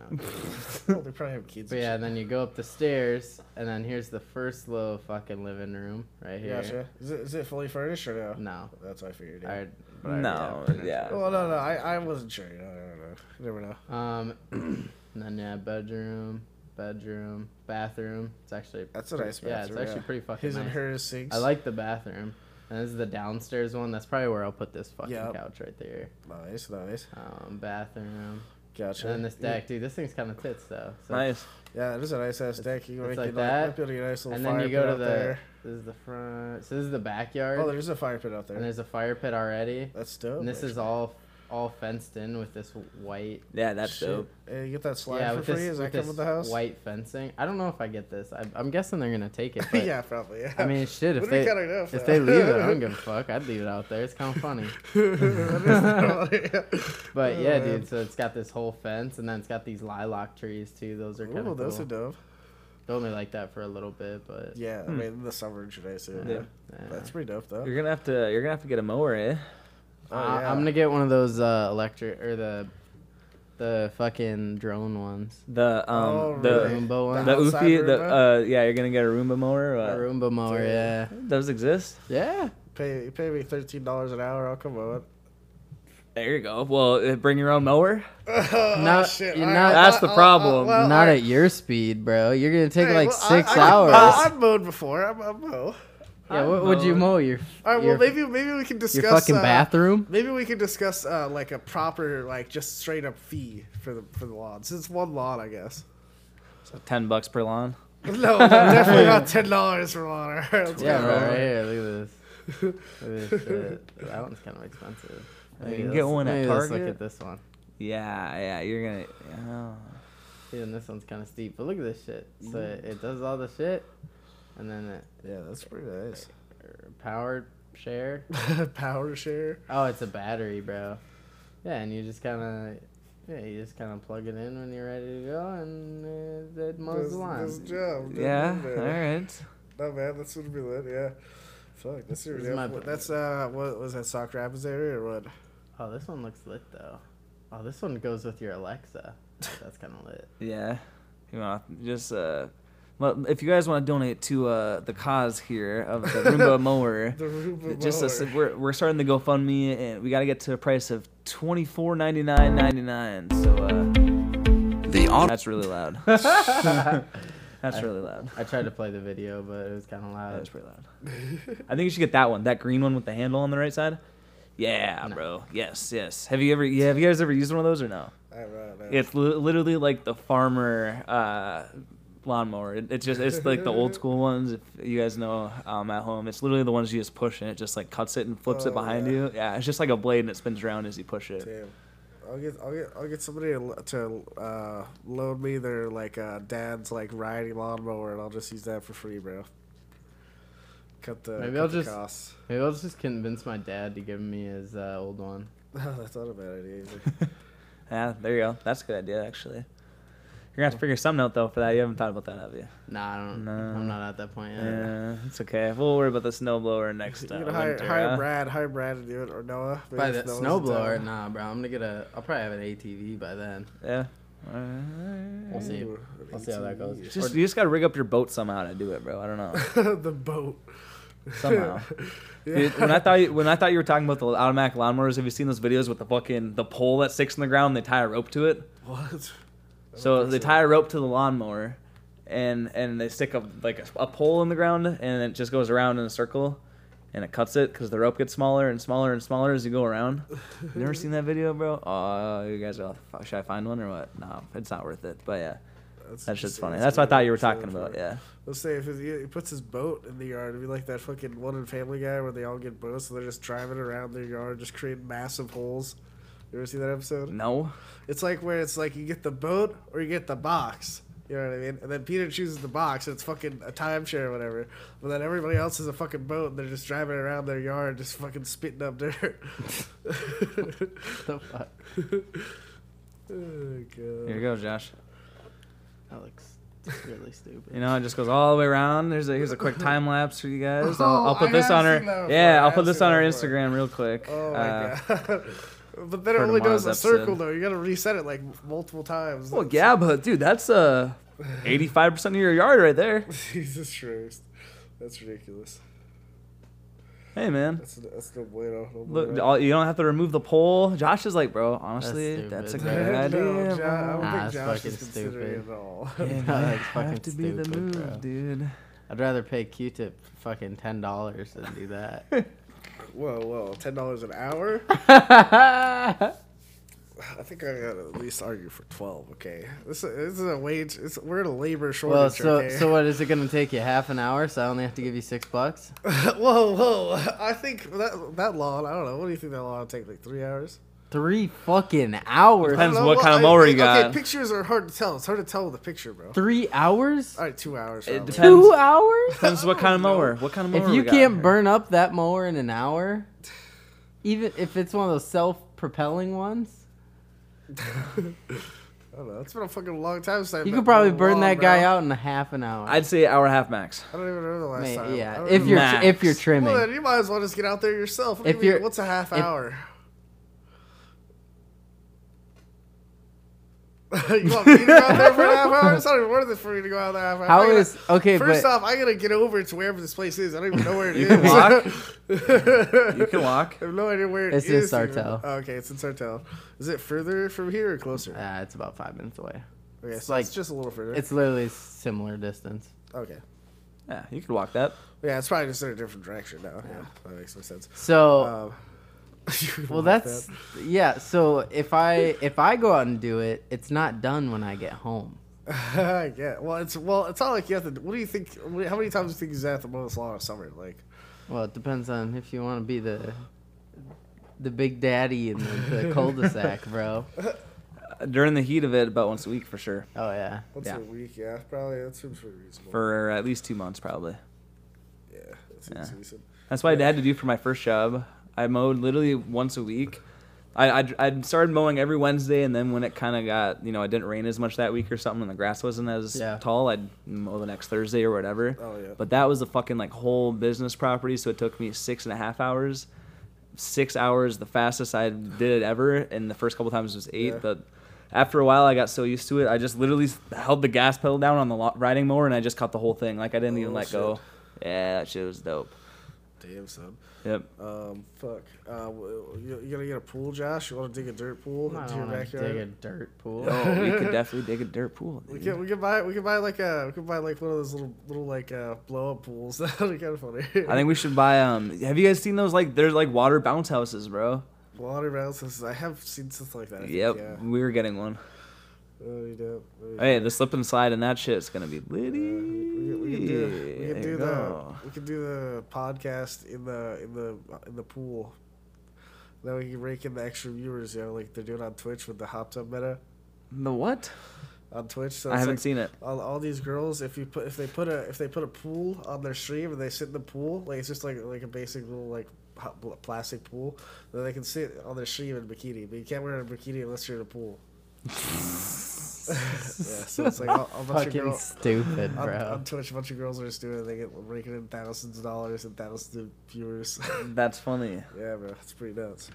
A: know.
C: Oh, they probably have kids.
A: But
C: and
A: yeah,
C: shit.
A: and then you go up the stairs, and then here's the first little fucking living room right here.
C: Gotcha. Is it, is it fully furnished or no?
A: No,
C: That's what I figured.
A: I,
C: Yeah.
A: but I already
B: No,
A: have furniture.
B: yeah.
C: Well, no, no. I, I wasn't sure. No, no, no. You never know.
A: Um, and then yeah, bedroom, bedroom, bathroom. It's actually
C: That's a
A: pretty-
C: nice
A: Yeah, it's
C: bathroom,
A: actually
C: yeah.
A: pretty fucking
C: His and
A: nice.
C: hers sinks.
A: I like the bathroom, and this is the downstairs one. That's probably where I'll put this fucking
C: Yep.
A: couch right there.
C: Nice, nice.
A: Um, bathroom,
C: Gotcha.
A: and then this deck, dude. This thing's kind of tits though. So
B: Nice.
C: Yeah, it is a nice ass deck. You can
A: it's
C: make
A: like
C: it
A: that.
C: Like, building a nice little
A: And
C: fire
A: then you go
C: pit
A: to
C: out
A: the.
C: there.
A: This is the front. So this is the backyard,
C: Oh, there's a fire pit out
A: and
C: there.
A: there's a fire pit already.
C: Oh, That's dope.
A: And this
C: actually.
A: is all all fenced in with this white.
B: Yeah, that's
C: Shit.
B: dope.
C: And you get that slide for
A: with
C: free.
A: this-
C: Does that come
A: this
C: with the house?
A: White fencing. I don't know if I get this. I, I'm guessing they're gonna take it. But,
C: yeah, probably. Yeah.
A: I mean, shit. If
C: What do
A: they
C: we kinda know,
A: if
C: though?
A: they leave it, I don't give a fuck. I'd leave it out there. It's kind of funny.
C: That is probably-
A: But
C: Oh,
A: yeah,
C: man.
A: dude. So it's got this whole fence, and then it's got these lilac trees too. Those are kind
C: Ooh,
A: of cool.
C: those are dope.
A: They only like that for a little bit, but yeah.
C: Yeah, I mean, in the summer today, so yeah.
B: Hmm. Yeah.
C: That's pretty dope, though.
B: You're gonna have to. You're gonna have to get a mower, eh?
C: Oh,
A: I-
C: yeah.
A: I'm gonna get one of those uh, electric or the the fucking drone ones.
B: The um
C: Oh,
B: the
C: really?
A: Roomba one.
B: the
C: outside
B: Oofy. The
C: Roomba?
B: uh yeah, you're gonna get a Roomba mower.
A: A
B: Uh,
A: Roomba mower.
C: Dude.
A: Yeah.
B: Those exist.
A: Yeah.
C: pay, pay me $13 an hour. I'll come on.
B: There you go. Well, uh, bring your own mower.
C: Oh,
A: Not- you're
C: All
A: not-
C: I
B: That's
C: thought-
B: the
C: I'll-
B: problem.
C: well,
A: Not
C: I-
A: at your speed, bro. You're gonna take
C: hey,
A: like
C: well, I-
A: six
C: I-
A: hours.
C: I- I've mowed before. I'm, I'm mow.
A: yeah, what would you
B: mowed.
A: mow your?
C: All right,
A: your,
C: well, maybe maybe we can discuss
A: your fucking
C: uh,
A: bathroom.
C: Maybe we could discuss uh, like a proper, like just straight up fee for the for the lawn. Since it's one lawn, I guess.
B: So Ten bucks per lawn.
C: No, no, definitely not ten dollars for lawn. All right, let's
A: Yeah,
C: go.
A: bro, right here. Look at this. Look at this shit. That one's kind of expensive.
B: You
A: Maybe
B: can
A: let's-
B: get one at
A: maybe let's Look
B: Target.
A: at this one.
B: Yeah, yeah. You're gonna. yeah.
A: Even this one's kind of steep, but look at this shit. So
B: Mm-hmm.
A: it, it does all the shit, and then it
C: Yeah, that's pretty nice.
A: er, powered share.
C: Power share.
A: Oh, it's a battery, bro. Yeah, and you just kind of. Yeah, you just kind of plug it in when you're ready to go, and uh, it mows
C: This,
A: the lawn.
C: this job.
B: Yeah.
C: Man.
B: All right.
C: No man, that's gonna be lit. Yeah. Fuck, that's
A: This is
C: really
A: my
C: what-
A: plan.
C: That's uh, what was that Sock Rapids area or what?
A: Oh, this one looks lit though. Oh, this one goes with your Alexa. That's kind of lit.
B: Yeah. You know, just uh, Well, if you guys want to donate to uh, the cause here of the Roomba mower,
C: The Roomba
B: just a,
C: mower.
B: we're we're starting the GoFundMe, and we got to get to a price of twenty four ninety nine ninety nine. So uh,
D: The on-
B: that's really loud. that's really loud.
A: I tried to play the video, but it was kind of
B: That was
A: loud.
B: Oh, pretty loud. I think you should get that one, that green one with the handle on the right side. Yeah, bro. Yes, yes. Have you ever? Yeah, have you guys ever used one of those or no?
C: I don't know.
B: It's li- literally like the farmer uh, lawnmower. It, it's just it's like the old school ones. If you guys know um, at home, it's literally the ones you just push and it just like cuts it and flips
C: Oh,
B: it behind
C: yeah.
B: you. Yeah, it's just like a blade and it spins around as you push it.
C: Damn. I'll get I'll get I'll get somebody to, to uh, loan me their like uh, dad's like riding lawnmower and I'll just use that for free, bro. Cut the
A: Maybe
C: cut
A: I'll
C: the
A: just-
C: costs.
A: Maybe I'll just convince my dad to give me his uh, old one.
C: That's not a bad idea. Either.
B: Yeah, there you go. That's a good idea actually. You're gonna have to figure something out though for that. You haven't thought about that, have you?
A: Nah, I don't.
B: No.
A: I'm not at that point yet.
B: Yeah, it's okay. We'll worry about the snowblower next
C: you
B: uh,
C: can hire,
B: winter,
C: hire
B: huh?
C: Brad, hire Brad to do it or Noah. Maybe
A: By
C: if
A: that
C: Noah's in
A: snowblower,
C: town.
A: nah, bro. I'm gonna get a. I'll probably have an ATV by then.
B: Yeah.
A: We'll
B: Alright.
A: see.
C: Ooh, an
A: We'll see how that goes.
C: ATV.
B: Just, you just gotta rig up your boat somehow to do it, bro. I don't know.
C: the boat.
B: Somehow.
C: Yeah.
B: Dude, when I thought you, when I thought you were talking about the automatic lawnmowers, have you seen those videos with the fucking the pole that sticks in the ground? and They tie a rope to it.
C: what?
B: So they tie a rope to the lawnmower, and and they stick a like a, a pole in the ground, and it just goes around in a circle, and it cuts it because the rope gets smaller and smaller and smaller as you go around. You never seen that video, bro? Oh, you guys are. Should I find one or what? No, it's not worth it. But yeah,
C: That's
B: that shit's
C: just-
B: funny.
C: it's
B: That's what I thought you were
C: weird.
B: talking
C: It's
B: about.
C: weird.
B: Yeah.
C: Let's say if he, he puts his boat in the yard, it'd be like that fucking one in Family Guy where they all get boats and they're just driving around their yard, just creating massive holes. You ever see that
A: Mm.
C: episode?
B: No.
C: It's like where it's like you get the boat or you get the box. You know what I mean? And then Peter chooses the box and it's fucking a timeshare or whatever. But then everybody else is a fucking boat and they're just driving around their yard, just fucking spitting up dirt.
A: The fuck?
C: oh, God.
B: Here you go, Josh.
A: That looks really stupid.
B: You know, it just goes all the way around. Here's a here's a quick time lapse for you guys. I'll,
C: Oh,
B: I'll put
C: I
B: this
C: have
B: on our
C: seen that before. I
B: yeah. I'll
C: have
B: put this
C: seen
B: on
C: that
B: our
C: before.
B: Instagram real quick.
C: Oh my
B: Uh,
C: god! but then it
B: for
C: only does
B: tomorrow's
C: a
B: episode.
C: circle though. You gotta reset it like multiple times.
B: Well, yeah, but oh, dude, that's uh, 85 percent of your yard right there.
C: Jesus Christ, that's ridiculous.
B: Hey, man.
C: That's that's no bueno. No
B: Look,
C: bueno.
B: all, you don't have to remove the pole. Josh is like, bro. Honestly,
A: That's
B: that's,
A: stupid.
B: a great
A: No,
B: idea.
C: no, Jo-
B: bro."
C: I don't
A: Nah,
C: think
A: Ah, that's
C: Josh is
A: fucking
C: considering
A: stupid.
C: it at all.
B: Yeah,
A: No, that's
B: man,
A: fucking
B: have to be the
A: stupid,
B: move,
A: bro.
B: dude.
A: I'd rather pay Q-Tip fucking ten dollars than do that.
C: whoa, whoa, ten dollars an hour?
A: I
C: I think I gotta at least argue for twelve. Okay, this is, this is a wage. It's, we're in a labor shortage.
A: well, so
C: okay?
A: so what is it gonna take you half an hour? So I only have to give you six bucks.
C: whoa, whoa. I think that that law. I don't know. What do you think that law would take? Like three hours?
A: Three fucking hours.
B: Depends
C: I don't
B: what
C: know,
B: kind of
C: I-
B: mower you
C: okay,
B: got.
C: pictures are hard to tell. It's hard to tell with a picture, bro.
A: Three hours?
C: All right, Uh, two hours.
B: It
C: probably.
B: depends.
A: Two hours?
B: Depends what kind of mower. What kind of mower?
A: If
B: we
A: you
B: got
A: can't
B: here.
A: burn up that mower in an hour, even if it's one of those self-propelling ones,
C: I don't know. It's been a fucking long time since I
A: you
C: met
A: could probably
C: Bill
A: burn
C: Wall,
A: that
C: bro.
A: guy out in a half an hour.
B: I'd say hour and a half max.
C: I don't even remember the last
A: Mate,
C: time. I
A: yeah,
C: don't
A: if you're
C: remember.
B: Max.
A: if you're trimming,
C: well, then you might as well just get out there yourself. What do
A: If
C: you mean?
A: you're-
C: what's a half
A: if-
C: hour? you want me to go out there for a half hour? It's not even worth it for me to go out there half hour.
A: how
C: I gotta-
A: is okay?
C: First
A: but
C: off, I gotta get over to wherever this place is. I don't even know where it is.
B: You can walk. You can walk.
C: I have no idea where it
A: It's in
C: is. even.
A: Sartell.
C: Oh, okay, it's in Sartell. Is it further from here or closer?
A: uh, it's about five minutes away.
C: okay,
A: it's
C: so
A: like-
C: it's just a little further.
A: It's literally similar distance.
C: okay.
B: Yeah, you could walk that.
C: Yeah, it's probably just in a different direction now. Yeah, that makes more sense.
A: So
C: Um, you
A: well,
C: like
A: that's yeah. So if I if I go out and do it, it's not done when I get home.
C: that. yeah. Well, it's well, it's not like you have to. What do you think? what- How many times do you think you have to mow this lawn a summer? Like,
A: Well, it depends on if you want to be the the big daddy in the, the cul-de-sac, bro.
B: During the heat of it, about once a week for sure.
A: Oh yeah.
C: once
B: Yeah.
C: a week? Yeah, probably. That seems pretty reasonable.
B: For at least two months, probably.
C: yeah, that seems
B: Yeah.
C: reasonable.
B: That's what I had to do for my first job. I mowed literally once a week. I, I, I started mowing every Wednesday, and then when it kind of got, you know, it didn't rain as much that week or something, and the grass wasn't as
A: Yeah.
B: tall, I'd mow the next Thursday or whatever.
C: Oh, yeah.
B: But that was a fucking, like, whole business property, so it took me six and a half hours. Six hours, the fastest I did it ever, and the first couple times was eight,
C: Yeah.
B: but after a while, I got so used to it. I just literally s- held the gas pedal down on the lo- riding mower, and I just caught the whole thing. Like I didn't even
C: Oh,
B: let
C: shit.
B: go. Yeah, that shit was dope.
C: Damn son.
B: Yep.
C: Um, fuck. Uh, w- you, you gonna get a pool, Josh? You want to dig a dirt pool
A: I
C: into
A: don't
C: your
A: wanna dig a
C: backyard?
A: dirt pool.
B: Oh, we could definitely dig a dirt pool.
C: We
B: dude.
C: can we can buy we can buy like a we can buy like one of those little little like uh blow up pools. That'd be kind of funny.
B: I think we should buy. Um, have you guys seen those? Like they're like water bounce houses, bro.
C: water bounces. I have seen stuff like that. I think,
B: Yep,
C: Yeah.
B: we were getting one.
C: Oh, you do. Oh, you
B: Hey, the slip and slide and that shit's gonna be litty.
C: We, we can do, we
B: There
C: can do
B: you
C: the
B: go.
C: we can do the podcast in the in the in the pool. Then we can rake in the extra viewers, you know, like they're doing on Twitch with the hopped up meta
B: The what?
C: on Twitch. So
B: I
C: it's
B: haven't
C: like
B: seen it.
C: all, all these girls, if you put if they put a if they put a pool on their stream and they sit in the pool, like it's just like like a basic little like hot pl- plastic pool, then they can sit on their stream in bikini. But you can't wear a bikini unless you're in a pool. yeah, so it's like all, a bunch of
A: Fucking
C: girls.
A: stupid,
C: On,
A: bro.
C: on Twitch, a bunch of girls are just doing it. They get raking in thousands of dollars and thousands of viewers.
B: That's funny.
C: yeah, bro, it's pretty nuts.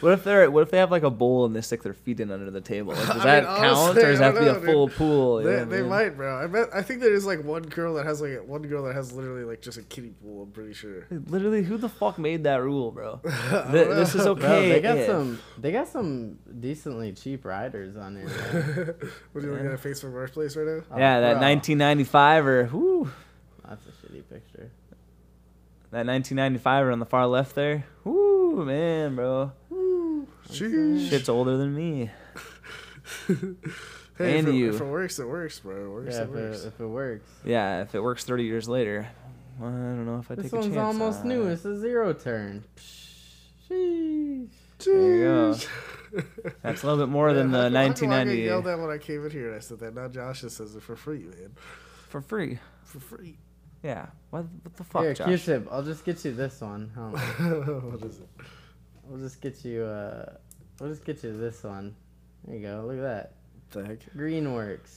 B: What if they're what if they have like a bowl and they stick their feet in under the table? Like,
C: I
B: does
C: mean,
B: that count,
C: honestly,
B: or does
C: I
B: that have to be a
C: don't know,
B: full pool? You know
C: They,
B: what I
C: they
B: mean?
C: might, bro. I bet. I think there is like one girl that has like one girl that has literally like just a kiddie pool. I'm pretty sure.
B: Literally, who the fuck made that rule, bro?
C: I
B: Th-
C: don't
B: this is
C: know.
B: okay.
A: Bro, they got
B: if-
A: some. They got some decently cheap riders on it. man.
C: what are you looking at Facebook Marketplace right now?
A: Oh,
B: Yeah, that
A: bro.
B: 1995 or whoo,
A: That's a shitty picture.
B: that 1995 or on the far left there. Whoo, man, bro,
C: Sheesh.
B: shit's older than me.
C: Hey,
B: and
C: if it,
B: you.
C: If it works, it works, bro. It works,
A: Yeah,
C: it
A: if it,
C: works.
A: if it works.
B: Yeah, if it works 30 years later, well, I don't know if I
A: This
B: take a chance.
A: one's almost
B: on
A: new.
B: it.
A: It's a zero turn. Sheesh.
B: There you go.
C: Jeez.
B: That's a little bit more than
C: Yeah,
B: the
C: how come- how come I get
B: 1990
C: yelled at when I came in here and I said that. Now Josh just says it for free, man.
B: for free.
C: For free.
B: Yeah. What, what the fuck,
A: Here,
B: Josh?
A: Q-tip. I'll just get you this one. Hold on.
C: what is it?
A: I'll just get you. Uh, I'll just get you this one. There you go. Look at that.
C: The heck?
A: Greenworks.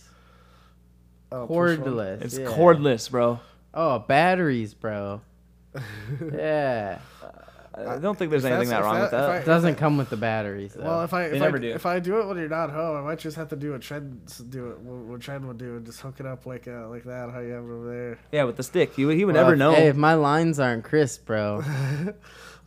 C: Oh, push one.
A: Cordless.
B: It's
A: yeah.
B: cordless, bro.
A: Oh, batteries, bro. yeah.
B: I don't think there's
C: if
B: anything that
C: that's-
B: wrong
C: if
B: with
C: that-
B: that.
A: It doesn't come with the batteries. Though.
C: Well, if I
B: They
C: if,
B: never
C: I,
B: do.
C: if I do it when you're not home, I might just have to do what Trend s- do it what, what Trend would do and just hook it up like uh, like that how you have it over there.
B: Yeah, with the stick, he would he would
A: Well,
B: never
A: if-
B: know.
A: Hey, if my lines aren't crisp, bro,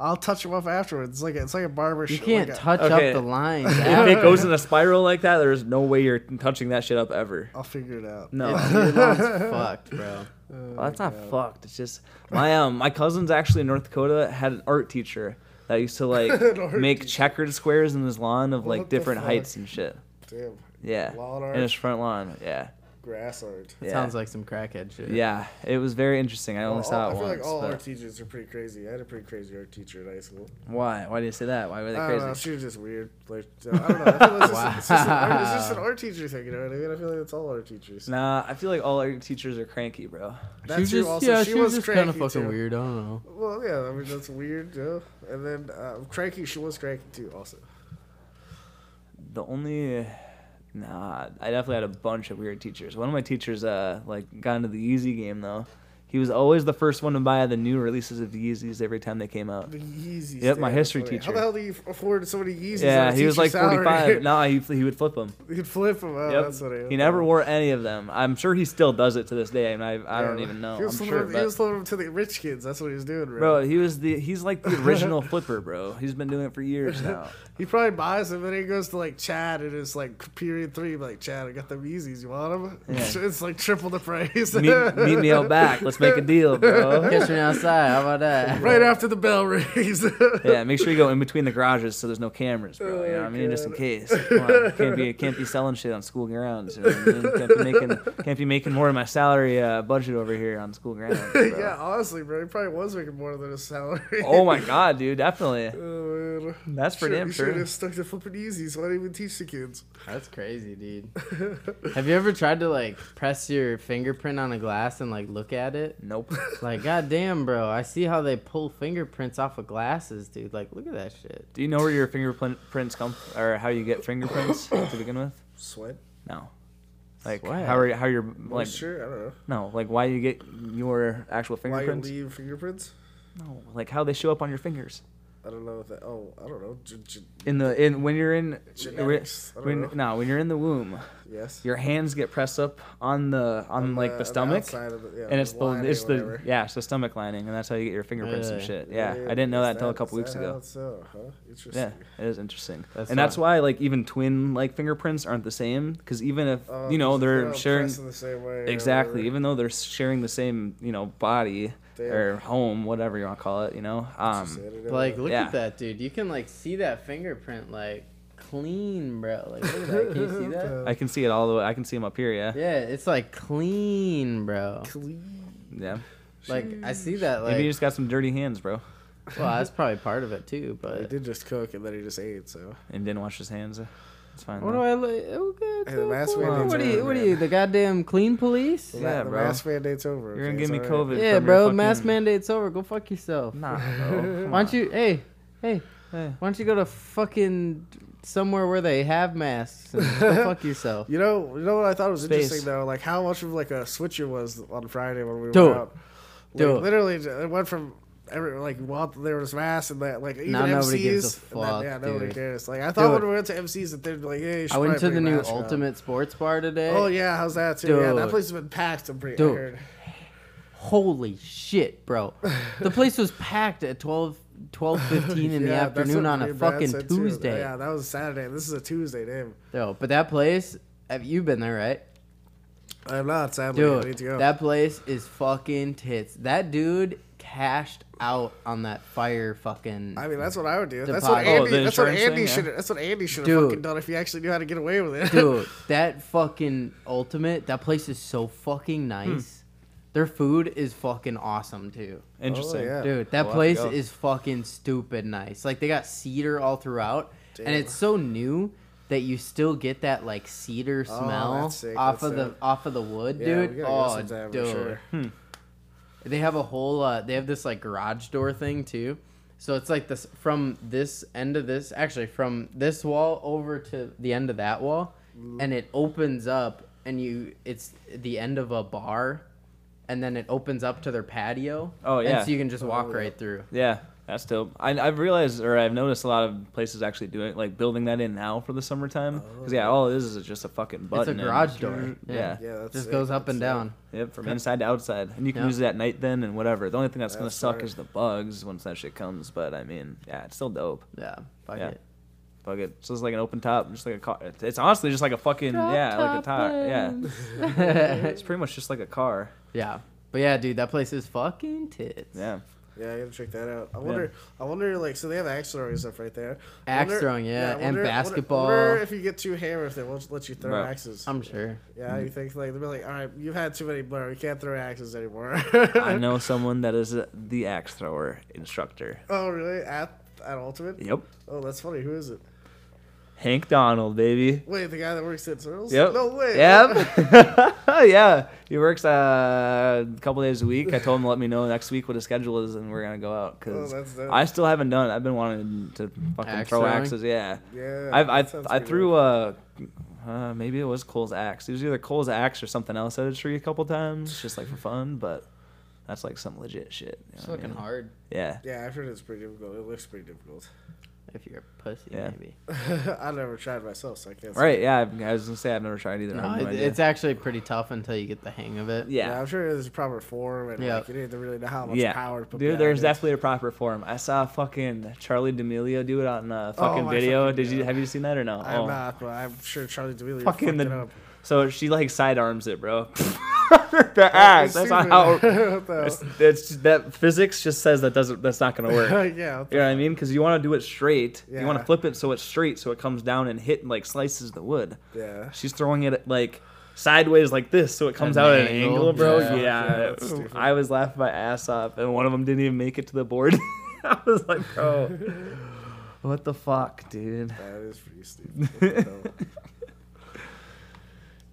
C: I'll touch them up afterwards. It's like a, it's like a barber.
A: you
C: sh-
A: can't
C: like a-
A: touch
B: Okay.
A: up the lines.
B: if it goes in a spiral like that, there's no way you're touching that shit up ever.
C: I'll figure it out.
B: No.
A: It's- your line's fucked, bro.
B: Well, that's not fucked. It's just my um my cousin's actually in North Dakota had an art teacher that used to
C: An
B: like
C: art
B: make checkered squares in his lawn of like
C: What the
B: different
C: fuck?
B: heights and shit.
C: Damn,
B: Yeah,
C: Lawn
B: in
C: art?
B: his front lawn. Yeah,
C: grass art.
B: yeah.
A: Sounds like some crackhead shit.
B: yeah. It was very interesting. I only
C: Well,
B: saw it
C: all, I feel
B: once.
C: like all
B: but-
C: art teachers are pretty crazy. I had a pretty crazy art teacher in high school.
B: Why? Why do you say that? Why were they
C: I don't
B: crazy?
C: know. She was just weird. Like uh, I don't know. I feel like it's, just, it's, just an art, it's just an art teacher thing. You know what I mean? I feel like it's all art teachers.
B: Nah, I feel like all art teachers are cranky, bro.
A: She was
C: true
A: just, yeah, she, was, just kind of
C: cranky,
A: fucking
C: too.
A: weird. I don't know.
C: Well, yeah, I mean that's weird, yeah. And then uh, cranky, she was cranky too, also.
B: The only nah, I definitely had a bunch of weird teachers. One of my teachers uh like got into the Yeezy game though. He was always the first one to buy the new releases of Yeezys every time they came out.
C: The Yeezys.
B: Yep, my
C: damn,
B: history
C: that's funny.
B: teacher.
C: How the hell do you afford so many Yeezys?
B: yeah,
C: on a
B: he was like
C: teacher's salary?
B: 45. nah, he, he would flip them.
C: He'd flip them out.
B: yep.
C: That's what I
B: He never wore any of them. I'm sure he still does it to this day, and I I don't even know.
C: He was,
B: I'm
C: flipping,
B: sure,
C: them-
B: but-
C: he was flipping them to the rich kids. That's what he was doing, bro.
B: bro, he was the he's like the original flipper, bro. He's been doing it for years now.
C: He probably buys them, and he goes to like Chad and is like period three, like Chad, I got them Yeezys. You want them?
B: Yeah.
C: it's like triple the price.
B: meet, meet me out back. Let's make a deal, bro.
A: Catch me outside. How about that?
C: right after the bell rings.
B: Yeah, make sure you go in between the garages so there's no cameras,
C: Oh,
B: bro. You know what I mean? Just in case. Come on. Can't be can't be selling shit on school grounds. You know what I mean? Can't be making can't be making more of my salary uh, budget over here on school grounds. bro.
C: yeah, honestly, bro, he probably was making more than his salary.
B: Oh my god, dude, definitely.
C: Oh, man.
B: That's for
C: Shit,
B: damn
C: you should
B: sure.
C: have stuck to flipping easies. Why do you even teach the kids?
A: That's crazy, dude. Have you ever tried to like press your fingerprint on a glass and like look at it?
B: Nope.
A: Like, goddamn, bro. I see how they pull fingerprints off of glasses, dude. Like, look at that shit.
B: Do you know where your fingerprints come or how you get fingerprints to begin with?
C: Sweat,
B: No. Like
A: Sweat.
B: how are how you're like
C: moisture. I don't know.
B: no like why you get your actual
C: Why you
B: fingerprints?
C: leave fingerprints?
B: No, like how they show up on your fingers.
C: I don't know what that. Oh, I don't know. G- g-
B: In the in when you're in
C: Genetics, I don't
B: when
C: know.
B: no when you're in the womb,
C: yes.
B: your hands get pressed up on the on,
C: On
B: like the,
C: on
B: stomach,
C: outside of the- yeah,
B: and it's the
C: lining
B: it's
C: or
B: the
C: whatever.
B: yeah it's the stomach lining, and that's how you get your fingerprints and
A: Really?
B: shit. Yeah, I didn't know
C: Is
B: that until a couple
C: is
B: weeks
C: that
B: ago.
C: how it's so, huh? Interesting.
B: Yeah, it is interesting,
A: That's
B: and that's
A: not-
B: why like even twin like fingerprints aren't the same because even if
C: Oh,
B: you know
C: 'cause if
B: they're
C: not
B: sharing
C: pressed in the same way or
B: exactly
C: whatever,
B: even though they're sharing the same you know body
C: They-
B: or home whatever you want to call it you know
C: it's just- I
B: um
C: didn't know
A: Like,
C: that.
A: look
B: Yeah.
A: at that, dude. You can like see that fingerprint, like clean, bro. Like, look at that. Can you see that?
B: I can see it all the way I can see them up here yeah
A: Yeah, it's like clean, bro.
C: Clean.
B: yeah
A: Like, I see that. Like,
B: maybe you just got some dirty hands bro
A: well, that's probably part of it too.
C: He
A: But
C: did just cook and then he just ate. So
B: and didn't wash his hands it's fine
A: what
B: though.
A: do I like? Oh, God,
C: Hey, the mask
A: cool.
C: mandate's
A: What are you?
C: over,
A: What are
C: man.
A: you? The goddamn clean police?
C: the,
B: Yeah,
C: the
B: bro.
C: mask mandate's over.
B: you're gonna
C: okay?
B: give me
C: It's all right.
B: COVID
A: Yeah,
B: from your
A: bro. Mask
B: fucking-
A: mandate's over. Go fuck yourself.
B: nah bro
A: Why don't you? Hey, hey.
B: Hey.
A: Why don't you go to fucking somewhere where they have masks and go fuck yourself?
C: You know, you know what I thought was
B: Space.
C: interesting though, like how much of like a switch it was on Friday when we
A: Do
C: were
A: it.
C: out.
A: Do
C: like,
A: it.
C: Literally, it went from every like while there was mass and that like even
A: Now
C: MCs.
A: nobody gives a
C: and
A: fuck,
C: yeah, nobody
A: dude.
C: cares. Like I thought
A: Do
C: when
A: it.
C: we went to MCs that they'd be like, hey, you should
A: I went
C: probably
A: to the
C: bring a
A: new
C: mask out.
A: Ultimate Sports Bar today.
C: Oh yeah, how's that too? Yeah, that
A: Dude.
C: place has been packed. I'm pretty. I
A: Dude.
C: heard.
A: Holy shit, bro. The place was packed at 12, 12.15 in the
C: Yeah, that's
A: afternoon
C: what
A: on a
C: Green Bad
A: fucking
C: said, too.
A: Tuesday.
C: Yeah, that was a Saturday. This is a Tuesday, damn.
A: Yo, but that place, have you been there, right?
C: I'm not sadly. I
A: Dude,
C: Oh, need to go.
A: that place is fucking tits. That dude cashed out on that fire fucking.
C: I mean, that's what I would do.
A: The
C: That's
A: pod-
C: what
A: Oh,
C: Andy.
B: the
C: that's what
B: insurance thing,
C: Andy
B: yeah.
C: should. That's what Andy should have
A: Dude.
C: fucking done if he actually knew how to get away with it.
A: dude, that fucking ultimate, that place is so fucking nice. Their food is fucking awesome too.
B: interesting
C: yeah.
A: Dude,
B: We'll
A: that
B: have to
A: place
B: go.
A: is fucking stupid nice. Like they got cedar all throughout,
C: Damn.
A: and it's so new that you still get that like cedar
C: Oh,
A: smell
C: that's sick,
A: off
C: that's
A: of the
C: sick.
A: off of the wood,
C: Yeah, we
A: dude.
C: gotta go
A: oh,
C: sometime for
A: dude.
C: sure.
A: They have a whole. Uh, they have this like garage door thing too. So it's like this from this end of this, actually from this wall over to the end of that wall, and it opens up, and you it's the end of a bar, and then it opens up to their patio.
B: Oh, yeah.
A: and so you can just walk
C: yeah.
A: right through.
B: Yeah, that's dope. I, I've realized, or I've noticed a lot of places actually doing like building that in now for the summertime. Because Oh, yeah, all it is is just a fucking
A: It's a
B: button. and-
A: garage door.
B: Yeah.
C: Yeah, that's
A: just
C: sick.
A: goes up
C: That's
A: and
C: sick.
A: down.
B: Yep, from inside to outside, and you can
A: Yeah.
B: use it at night then and whatever. The only thing that's, gonna
C: That's
B: suck
C: smart.
B: is the bugs once that shit comes. But I mean, yeah, it's still dope.
A: Yeah, fuck
B: Yeah.
A: it.
B: Fuck it. So it's like an open top, just like a car. It's- It's honestly just like a fucking
A: Drop
B: yeah, like a
A: top
B: top. Yeah,
A: yeah.
B: it's pretty much just like a car.
A: but yeah, dude, that place is fucking tits.
B: Yeah,
C: Yeah, I gotta check that out. I wonder. I wonder, like, so they have axe throwing stuff right there. I
A: Axe
C: wonder-
A: throwing, yeah,
C: I
A: and
C: wonder- I wonder-
A: basketball.
C: I wonder if you get too hammered, if they won't let you throw
B: Right.
C: axes.
A: I'm sure.
C: yeah, you think like they'll be like, all right, you've had too many blur, you can't throw axes anymore.
B: I know someone that is uh, the axe thrower instructor.
C: oh, really? At at Ultimate?
B: Yep,
C: Oh, that's funny. Who is it?
B: Hank Donald, baby.
C: Wait, the guy that works at Turtles?
B: Yep.
C: No way.
B: Yep. yeah. He works uh, a couple days a week. I told him to let me know next week what his schedule is, and we're gonna go out because
C: Oh, that's dope.
B: I still haven't done. it. I've been wanting to fucking
A: Axe
B: throw
A: throwing?
B: axes. Yeah.
C: Yeah.
B: I've,
C: that
B: I
C: sounds
B: I
C: pretty
B: threw
C: dope.
B: uh, uh maybe it was Cole's axe. It was either Cole's axe or something else at a tree a couple times, just like for fun. But that's like some legit shit. you know
A: It's
B: what I
A: looking
B: mean?
A: hard
B: Yeah.
C: Yeah, I've heard it's pretty difficult. It looks pretty difficult.
A: if you're a pussy,
B: Yeah.
A: maybe.
C: I've never tried myself, so I can't.
B: Right. Yeah. I, I was gonna say I've never tried either. I
A: No,
B: have no
A: it,
B: idea.
A: it's actually pretty tough until you get the hang of it.
C: Yeah.
B: yeah.
C: I'm sure there's a proper form, and
A: Yeah.
C: like you need to really know how much
B: yeah,
C: power. to put
B: dude.
C: behind
B: There's
C: it.
B: definitely a proper form. I saw fucking Charlie D'Amelio do it on a fucking
C: Oh, my
B: video.
C: fucking
B: Did you
C: God.
B: have you seen that or no?
C: I'm
B: Oh.
C: not, but I'm sure Charlie D'Amelio fucking,
B: Fucking
C: fucking
B: the-
C: up.
B: So she like sidearms it, bro. the ass. That's not how.
C: What the
B: It's, it's that physics just says that doesn't. That's not gonna
C: hell?
B: work.
C: yeah. what
B: You
C: the-
B: know what I mean? Because you want to do it straight. You want
C: Yeah.
B: to flip it so it's straight, so it comes down and hit and like slices the wood.
C: Yeah.
B: She's throwing it like sideways like this, so it comes
A: At
B: out
A: an
B: at an
A: angle?
B: angle, bro.
A: Yeah.
B: Yeah,
C: Yeah, that's stupid.
B: I was laughing my ass off, and one of them didn't even make it to the board. I was like, bro, what the fuck, dude?
C: That is pretty stupid. What the hell?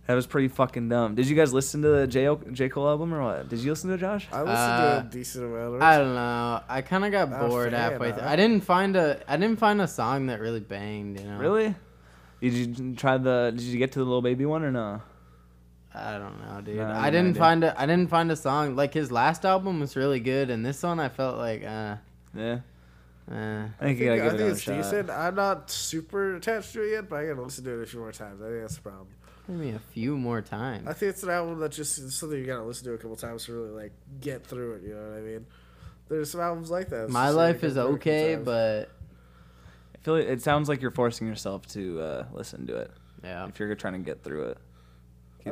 B: That was pretty fucking dumb. Did you guys listen to the J, J. Cole album or what? Did you listen to it, Josh?
C: I listened
A: Uh,
C: to a decent amount.
A: I
C: Of it.
A: don't know. I kind of got
C: Not a
A: bored
C: fan,
A: halfway. through.
C: huh?
A: I didn't find a. I didn't find a song that really banged. You know.
B: Really? Did you try the? Did you get to the little baby one or no?
A: I don't know, dude.
B: No, I
A: I
B: have no
A: didn't
B: idea.
A: find a. I didn't find a song like his last album was really good, and this one I felt like, uh,
B: Yeah.
A: Eh.
B: I think
C: I
B: you
C: think,
B: gotta
C: I
B: give it
C: think
B: another
C: it's
B: shot.
C: decent. I'm not super attached to it yet, but I gotta listen to it a few more times. I think that's the problem.
A: Give me a few more times.
C: I think it's an album that just is something you gotta listen to a couple times to really like get through it. You know what I mean? There's some albums like that. It's
A: My
C: just like
A: life
C: you
A: is
C: go through it a couple
A: okay,
C: times.
A: but
B: I feel it, it sounds like you're forcing yourself to uh, listen to it
A: yeah.
B: Um, if you're trying to get through it.
C: I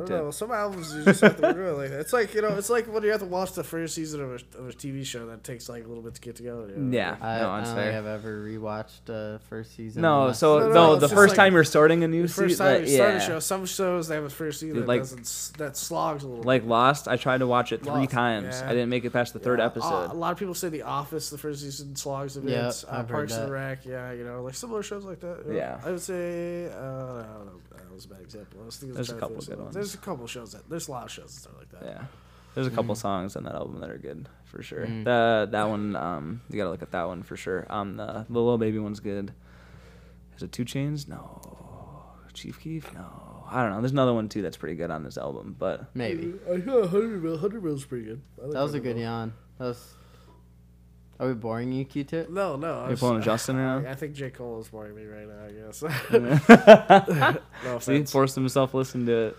B: You
C: don't
B: did.
C: know. Some albums you just have to really. It's like you know. It's like when you have to watch the first season of a, of a TV show that takes like a little bit to get together. You know?
B: Yeah,
A: I,
B: no,
A: I
B: it's
A: don't
B: fair.
A: think I've ever rewatched uh, first season.
B: No,
A: unless-
B: so
C: No,
B: no,
C: no, it's
B: the
C: just
B: first
C: like-
B: time you're starting a new
C: The first
B: season,
C: time
B: like,
C: you start
B: yeah.
C: a show, some shows they have a first season
B: Dude,
C: that
B: like-
C: doesn't s- that slogs a little.
B: Like Lost, I tried to watch it three
C: Lost,
B: times.
C: yeah.
B: I didn't make it past the
C: bit.
B: third
C: Yeah, Oh,
B: episode.
C: A, a lot of people say The Office, the first season slogs a bit.
A: Yeah,
C: uh,
A: I've heard
C: Parks and
A: that.
C: Rec, yeah, you know, like similar shows like that. you know.
B: Yeah.
C: I would say uh, I don't know, that was a bad example. I was thinking
B: There's a
C: trying to
B: couple
C: think of
B: good
C: something.
B: ones.
C: There's a couple shows that there's a lot of shows that start like that.
B: yeah, there's a couple songs on that album that are good for sure.
A: Mm.
B: The that one, um, you gotta look at that one for sure. Um, the the little baby one's good. Is it Two Chains? No. Chief Keef? No. I don't know. There's another one too that's pretty good on this album, but
A: maybe
C: I hear 100 mil. 100 mil's pretty good. I like
A: that was a
C: 100
A: good
C: Mil.
A: yawn. That was. Are we boring you, Q-Tip?
C: No, no. I
B: you're
C: was-
B: pulling a Justin around.
C: I think J. Cole is boring me right now, I guess. no
B: So he
C: offense.
B: forced himself to listen to it.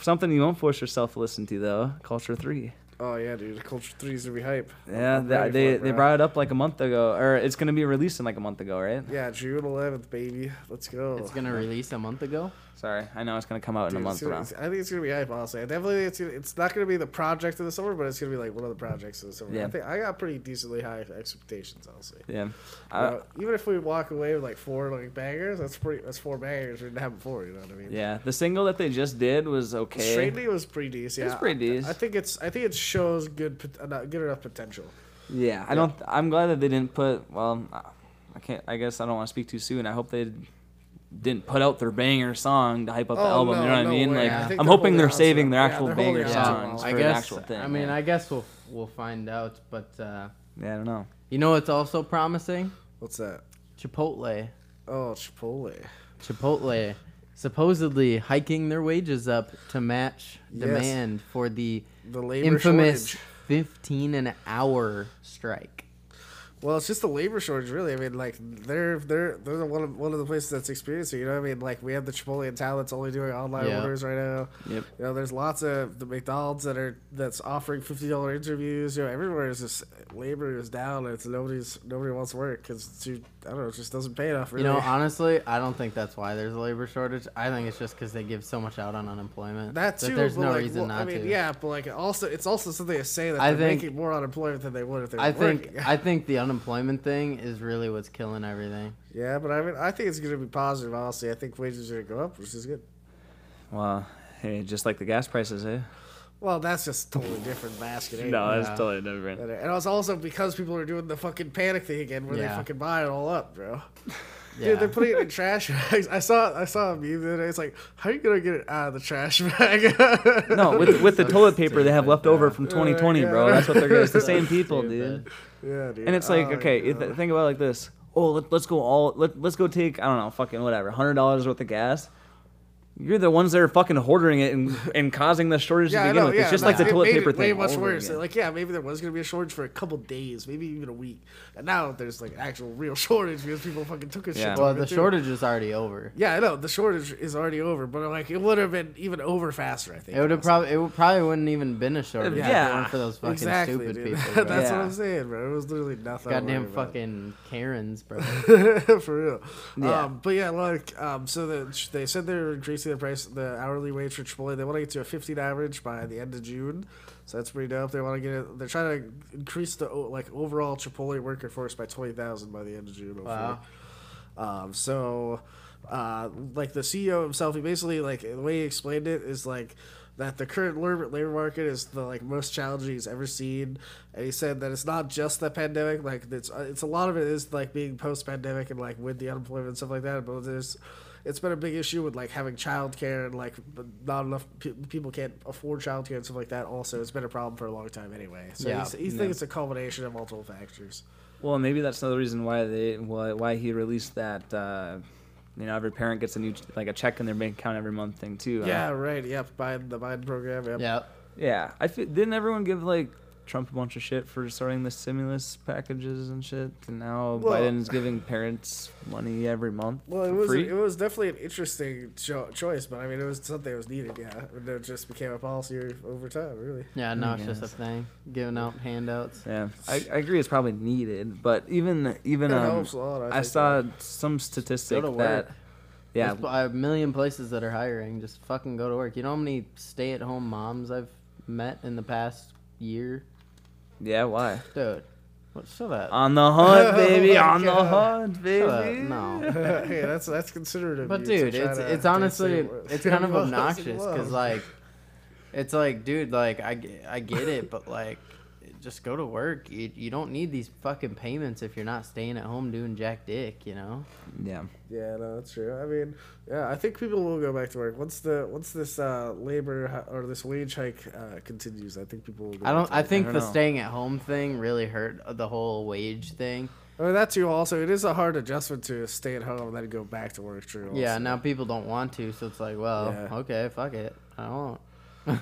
B: Something you won't force yourself to listen to though, Culture Three.
C: Oh, yeah, dude. Culture 3 is going to be hype.
B: Yeah,
C: I'm
B: they
C: ready
B: they,
C: for it,
B: they
C: bro.
B: brought it up like a month ago, or it's gonna be released in like a month ago, right?
C: Yeah, June 11th, baby. Let's go.
A: It's gonna release a month ago.
B: Sorry, I know it's gonna come out in
C: Dude,
B: a month
C: it's gonna-
B: now.
C: it's- I think it's gonna be hype, honestly. I definitely think it's gonna, it's not gonna be the project of the summer, but it's gonna be like one of the projects of the summer.
B: Yeah.
C: I think I got pretty decently high expectations, honestly.
B: Yeah, Uh,
C: You
B: I,
C: know, even if we walk away with like four like bangers, that's pretty. That's four bangers we didn't have before. You know what I mean?
B: yeah. The single that they just did was okay.
C: Straightly was pretty decent.
B: It's
C: Yeah,
B: pretty
C: I- I,
B: decent.
C: think it's. I think it shows good, pot- uh, good enough potential.
B: Yeah, I don't. I'm glad that they didn't put. Well, I- I can't. I guess I don't want to speak too soon. I hope they didn't put out their banger song to hype up the
C: Oh,
B: album.
C: no,
B: you know what
C: no
B: I mean?
C: way.
B: Like,
A: I
C: think
B: I'm hoping
C: they're holding
B: they're
C: on to
B: saving
C: it.
B: their
C: Yeah,
B: actual
C: they're holding
B: banger
C: on to it.
B: songs
A: I
B: for
A: guess.
B: an actual thing.
A: I mean,
B: yeah.
A: I guess we'll we'll find out. But uh,
B: yeah, I don't know.
A: you know what's also promising?
C: What's that?
A: Chipotle.
C: Oh, Chipotle.
A: Chipotle supposedly hiking their wages up to match
C: Yes.
A: demand for the
C: The labor
A: infamous
C: shortage.
A: 15 an hour strike.
C: Well, it's just the labor shortage, really. I mean, like they're they're they're the one of one of the places that's experiencing. You know what I mean? Like we have the Chipotle in town that's only doing online
A: Yeah.
C: orders right now.
B: Yep.
C: You know, there's lots of the McDonald's that are that's offering fifty dollar interviews. You know, everywhere is just labor is down. And it's nobody's nobody wants to work because too I don't know, it just doesn't pay enough. Really.
A: You know, honestly, I don't think that's why there's a labor shortage. I think it's just because they give so much out on unemployment
C: that too.
A: there's
C: but,
A: no
C: like,
A: reason
C: well,
A: not
C: I mean,
A: to.
C: yeah, but like also it's also something to say that
A: I
C: they're
A: think-
C: making more unemployment than they would if they were
A: I think
C: working.
A: I think the unemployment thing is really what's killing everything.
C: yeah, but I mean, I think it's going to be positive. Honestly, I think wages are going to go up, which is good.
B: Well, hey, just like the gas prices, eh?
C: Well, that's just totally different basket. ain't
B: No,
C: it?
B: that's
A: Yeah.
B: totally different.
C: And it's also because people are doing the fucking panic thing again, where they
A: Yeah.
C: fucking buy it all up, bro.
A: Yeah.
C: Dude, they're putting it in trash bags. I saw I saw a meme the other day. It's like, how are you gonna get it out of the trash bag?
B: No, with with the
A: So
B: toilet paper they have
A: stupid,
B: left over
A: yeah.
B: from 2020, bro. That's what they're gonna. It's the same people, dude.
C: yeah, dude.
B: And it's like,
C: Oh,
B: okay, you
C: God.
B: th- think about it like this. Oh, let, let's go all let, let's go take I don't know, fucking whatever, hundred dollars worth of gas. You're the ones that are fucking hoarding it and, and causing the shortage to
C: yeah, I
B: begin
C: know,
B: with.
C: yeah,
B: it's just
C: no,
B: like the
C: it
B: toilet
C: made
B: paper
C: it
B: thing.
C: Way much
B: over
C: worse.
B: again.
C: Like, yeah, maybe there was gonna be a shortage for a couple days, maybe even a week. And now there's like actual real shortage because people fucking took a shit.
B: Yeah.
C: ton
A: well,
C: of it,
A: the
C: too.
A: shortage is already over.
C: Yeah, I know the shortage is already over, but like it would have been even over faster. I think
A: It would have probably it would probably wouldn't even been a shortage if it
B: Yeah.
A: weren't for those fucking stupid
C: dude.
A: people. bro.
C: That's what I'm saying, bro. It was literally nothing. to
A: Goddamn
C: worry about.
A: fucking Karens, bro.
C: for real.
B: Yeah.
C: Um, but yeah, like um, so the, they said they're increasing the price, the hourly wage for Chipotle. They want to get to a 15 average by the end of June, so that's pretty dope. They want to get it. They're trying to increase the o- like overall Chipotle worker force by 20,000 by the end of June. Hopefully.
A: Wow.
C: Um, so, uh, like the CEO himself, he basically like the way he explained it is like that the current labor labor market is the like most challenging he's ever seen, and he said that it's not just the pandemic. Like it's uh, it's a lot of it is like being post pandemic and like with the unemployment and stuff like that. But there's it's been a big issue with like having childcare and like not enough pe- people can't afford childcare and stuff like that. Also, it's been a problem for a long time anyway. So
A: Yeah.
C: he's, he's thinking it's a culmination of multiple factors.
B: Well, maybe that's another reason why they why, why he released that. Uh, you know, every parent gets a new ch- like a check in their bank account every month thing too. huh?
C: Yeah, right. Yep, Biden, the Biden program. Yep.
A: yep.
B: yeah. I feel, didn't everyone give like Trump a bunch of shit for starting the stimulus packages and shit, and now
C: Well-
B: Biden's giving parents money every month
C: Well, it
B: for
C: was
B: free.
C: it was definitely an interesting cho- choice, but I mean, it was something that was needed. Yeah, And it just became a policy over time, really.
A: Yeah, now it's just a
B: Yes.
A: thing. Giving out handouts.
B: yeah, I, I agree. It's probably needed, but even even
C: It
B: um,
C: helps a lot. I,
B: I
C: think,
B: saw
C: uh,
B: some statistic
A: Go to
B: that
A: work.
B: yeah,
A: There's a million places that are hiring. Just fucking go to work. You know how many stay-at-home moms I've met in the past year,
B: yeah, why?
A: dude? What? Shut up.
B: On the hunt, baby.
C: Oh my
B: on the
C: God.
B: hunt,
A: Shut up.
B: baby.
A: No.
C: hey, that's that's considerate of
A: But
C: you to
A: dude,
C: try
A: it's
C: to-
A: it's
C: to
A: honestly
C: say what-
A: it's kind of
C: Well,
A: obnoxious because
C: well.
A: like, it's like dude, like I ge- I get it, but like, just go to work. You you don't need these fucking payments if you're not staying at home doing jack dick. You know.
B: Yeah.
C: Yeah, no, that's true. I mean, yeah, I think people will go back to work once the once this uh, labor hi- or this wage hike uh, continues. I think people. Will go
A: I
C: back
A: don't.
C: to
A: I
C: work.
A: think
B: don't
A: the
B: know.
A: staying at home thing really hurt the whole wage thing.
C: I mean, that too. Also, it is a hard adjustment to stay at home and then go back to work. True.
A: Yeah,
C: also.
A: now people don't want to, so it's like, well,
C: Yeah.
A: okay, fuck it, I won't.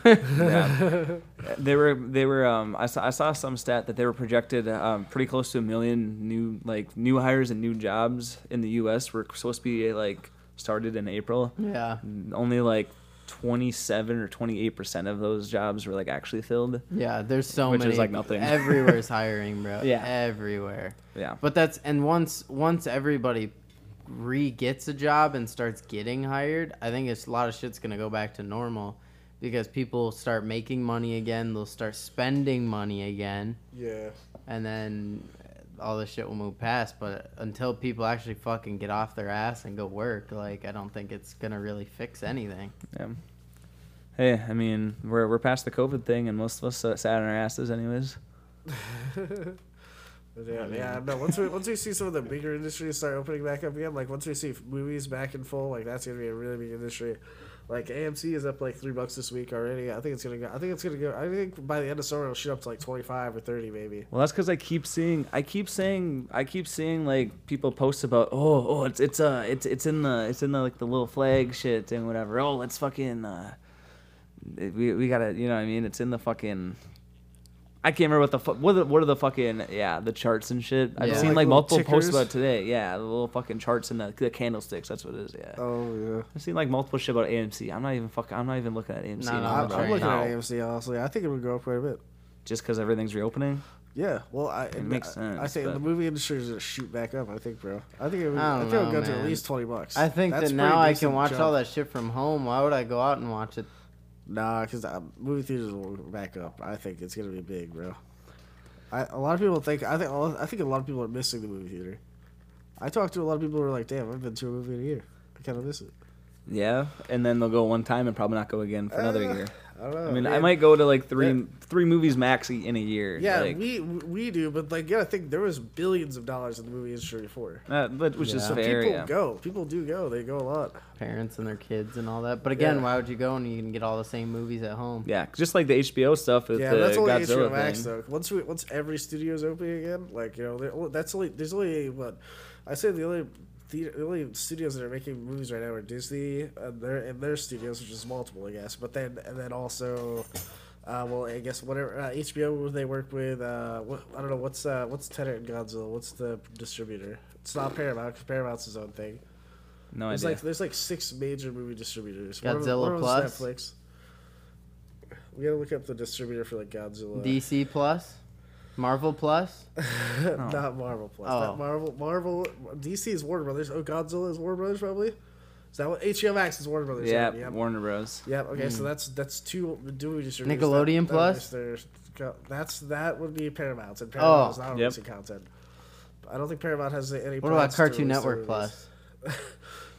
B: yeah. They were they were um I saw I saw some stat that they were projected um pretty close to a million new like new hires and new jobs in the US were supposed to be like started in April.
A: yeah,
B: Only like 27 or 28% of those jobs were like actually filled.
A: yeah. There's so
B: Which is
A: many.
B: like nothing.
A: Everywhere's hiring, bro.
B: Yeah.
A: everywhere.
B: Yeah.
A: But that's and once once everybody re gets a job and starts getting hired, I think it's a lot of shit's gonna go back to normal because people start making money again. They'll start spending money again.
C: Yeah.
A: and then all this shit will move past. But until people actually fucking get off their ass and go work, like I don't think it's gonna really fix anything.
B: Yeah. Hey, I mean, we're we're past the COVID thing and most of us uh, sat on our asses anyways.
C: Yeah, yeah, no. Once we once we see some of the bigger industries start opening back up again, like once we see f- movies back in full, like that's gonna be a really big industry. Like AMC is up like three bucks this week already. I think it's gonna go. I think it's gonna go. I think by the end of summer it'll shoot up to like twenty five or thirty maybe.
B: Well, that's because I keep seeing, I keep saying, I keep seeing like people post about, oh, oh, it's it's uh, it's it's in the it's in the like the little flag shit and whatever. Oh, let's fucking, uh, it- we we gotta, you know what I mean? It's in the fucking. I can't remember what the fuck. What are the, what are the fucking yeah the charts and shit? I've
A: Yeah.
B: seen like,
C: Like little
B: multiple posts
C: tickers?
B: about it today. Yeah, the little fucking charts and the, the candlesticks. That's what it is. Yeah,
C: Oh yeah.
B: I've seen like multiple shit about AMC. I'm not even fucking. I'm not even looking at AMC.
A: No, no, I'm
B: anymore, bro.
C: I'm, I'm
A: sorry.
C: looking at
B: No.
C: AMC honestly. I think it would go up quite a bit.
B: just because everything's reopening.
C: Yeah, well, I it
B: makes
C: I
B: sense,
C: think the
B: but-
C: movie industry is gonna shoot back up. I think, bro. I think it would.
A: I
C: I,
A: don't
C: think it would
A: know,
C: go to at
A: man.
C: least twenty bucks.
A: I think
C: That's
A: that
C: pretty
A: now I
C: decent
A: can watch all
C: jump.
A: that shit from home. Why would I go out and watch it?
C: Nah, because movie theaters will back up. I think it's gonna be big, bro. I, a lot of people think I think all- I think a lot of people are missing the movie theater. I talked to a lot of people who are like, "Damn, I've been to a movie in a year. I kind of miss it."
B: Yeah, and then they'll go one time and probably not go again for another
C: Uh,
B: year.
C: I don't know.
B: I mean, I
C: man.
B: might go to like three
C: Yeah.
B: three movies max e- in a year.
C: Yeah,
B: like,
C: we we do, but like, you gotta think there was billions of dollars in the movie industry before.
B: uh, but, which is
A: Yeah. So
B: fair.
C: people
B: Yeah.
C: go. People do go. They go a lot.
A: Parents and their kids and all that. But again,
C: Yeah.
A: why would you go and you can get all the same movies at home?
B: yeah, just like the HBO stuff with
C: Yeah,
B: the
C: but that's only
B: Godzilla
C: HBO Max
B: thing.
C: though. Once we once every studio's open again, like you know, they're only- that's only there's only what I say the only theater, the only studios that are making movies right now are Disney and their and their studios, which is multiple, I guess. But then and then also. Uh, well, I guess whatever uh, HBO they work with, uh, what, I don't know what's uh, what's Tenet and Godzilla. What's the distributor? It's not Paramount 'cause Paramount's his own thing.
B: No
C: There's
B: idea.
C: like there's like six major movie distributors.
A: Godzilla
C: one of, one of them's
A: Plus?
C: Netflix. We gotta look up the distributor for like Godzilla.
A: DC Plus, Marvel Plus.
C: Not Marvel Plus.
A: Oh.
C: Not Marvel. Marvel. DC is Warner Brothers. Oh, Godzilla is Warner Brothers probably. Is that what HBO Max is Warner Brothers?
B: yeah,
C: Yep.
B: Warner Bros.
C: Yep. Okay, so that's that's two do distributors.
A: Hmm. Nickelodeon
C: that- that
A: Plus? Oh.
C: is their- go- That's that would be Paramount, and Paramount is not
B: Yep.
C: releasing content. I don't think Paramount has any.
A: What about
C: plans to
A: Cartoon
C: release their
A: Network
C: movies.
A: Plus?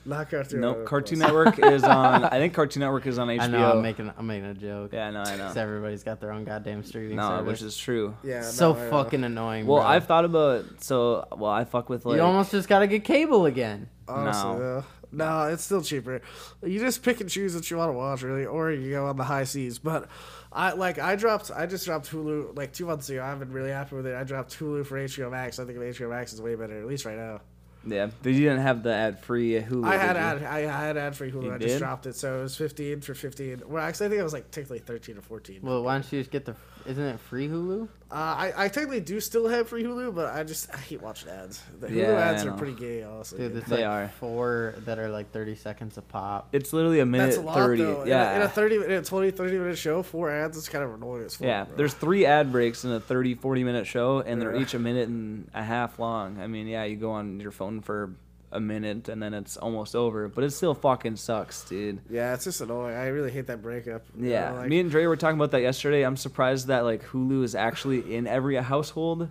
C: Not Cartoon.
B: No,
C: Network
B: Cartoon
C: Plus.
B: Network is on. I think Cartoon Network is on HBO.
A: I know I'm making I'm making a joke.
B: yeah, I know, I
A: 'Cause
B: know.
A: everybody's got their own goddamn streaming
B: No,
A: service.
B: which is true.
C: Yeah.
A: so
C: no, I know.
A: fucking annoying.
B: Well,
A: bro.
B: I've thought about so. Well, I fuck with like.
A: you almost just gotta get cable again.
C: Honestly,
B: No.
C: though. No, it's still cheaper. You just pick and choose what you want to watch, really, or you go on the high seas. But I like I dropped I just dropped Hulu like two months ago. I've been really happy with it. I dropped Hulu for HBO Max. I think HBO Max is way better, at least right now.
B: Yeah, but you didn't have the ad-free Hulu.
C: I had
B: did you?
C: ad, I had ad free Hulu.
B: You
C: I
B: did?
C: just dropped it, so it was fifteen for fifteen. Well, actually, I think it was like technically thirteen or fourteen.
A: Well, why don't you just get the? Isn't it free Hulu?
C: Uh, I, I technically do still have free Hulu, but I just I hate watching ads. The Hulu
B: Yeah, I
C: ads are
B: know.
C: pretty gay, honestly.
A: Dude, it's
B: They
A: like
B: are.
A: four that are like thirty seconds a pop.
B: It's literally a minute
C: That's a lot
B: thirty.
C: though. In a-
B: yeah,
C: In a, 30 in a 20, 30 minute show, four ads is kind of annoying as fuck.
B: yeah.
C: bro.
B: There's three ad breaks in a 30, 40 minute show, and they're
C: Yeah.
B: each a minute and a half long. I mean, yeah, you go on your phone for a minute, and then it's almost over. But it still fucking sucks, dude.
C: yeah, it's just annoying. I really hate that breakup. you
B: Yeah,
C: know, like-
B: me and Dre were talking about that yesterday. I'm surprised that like Hulu is actually in every household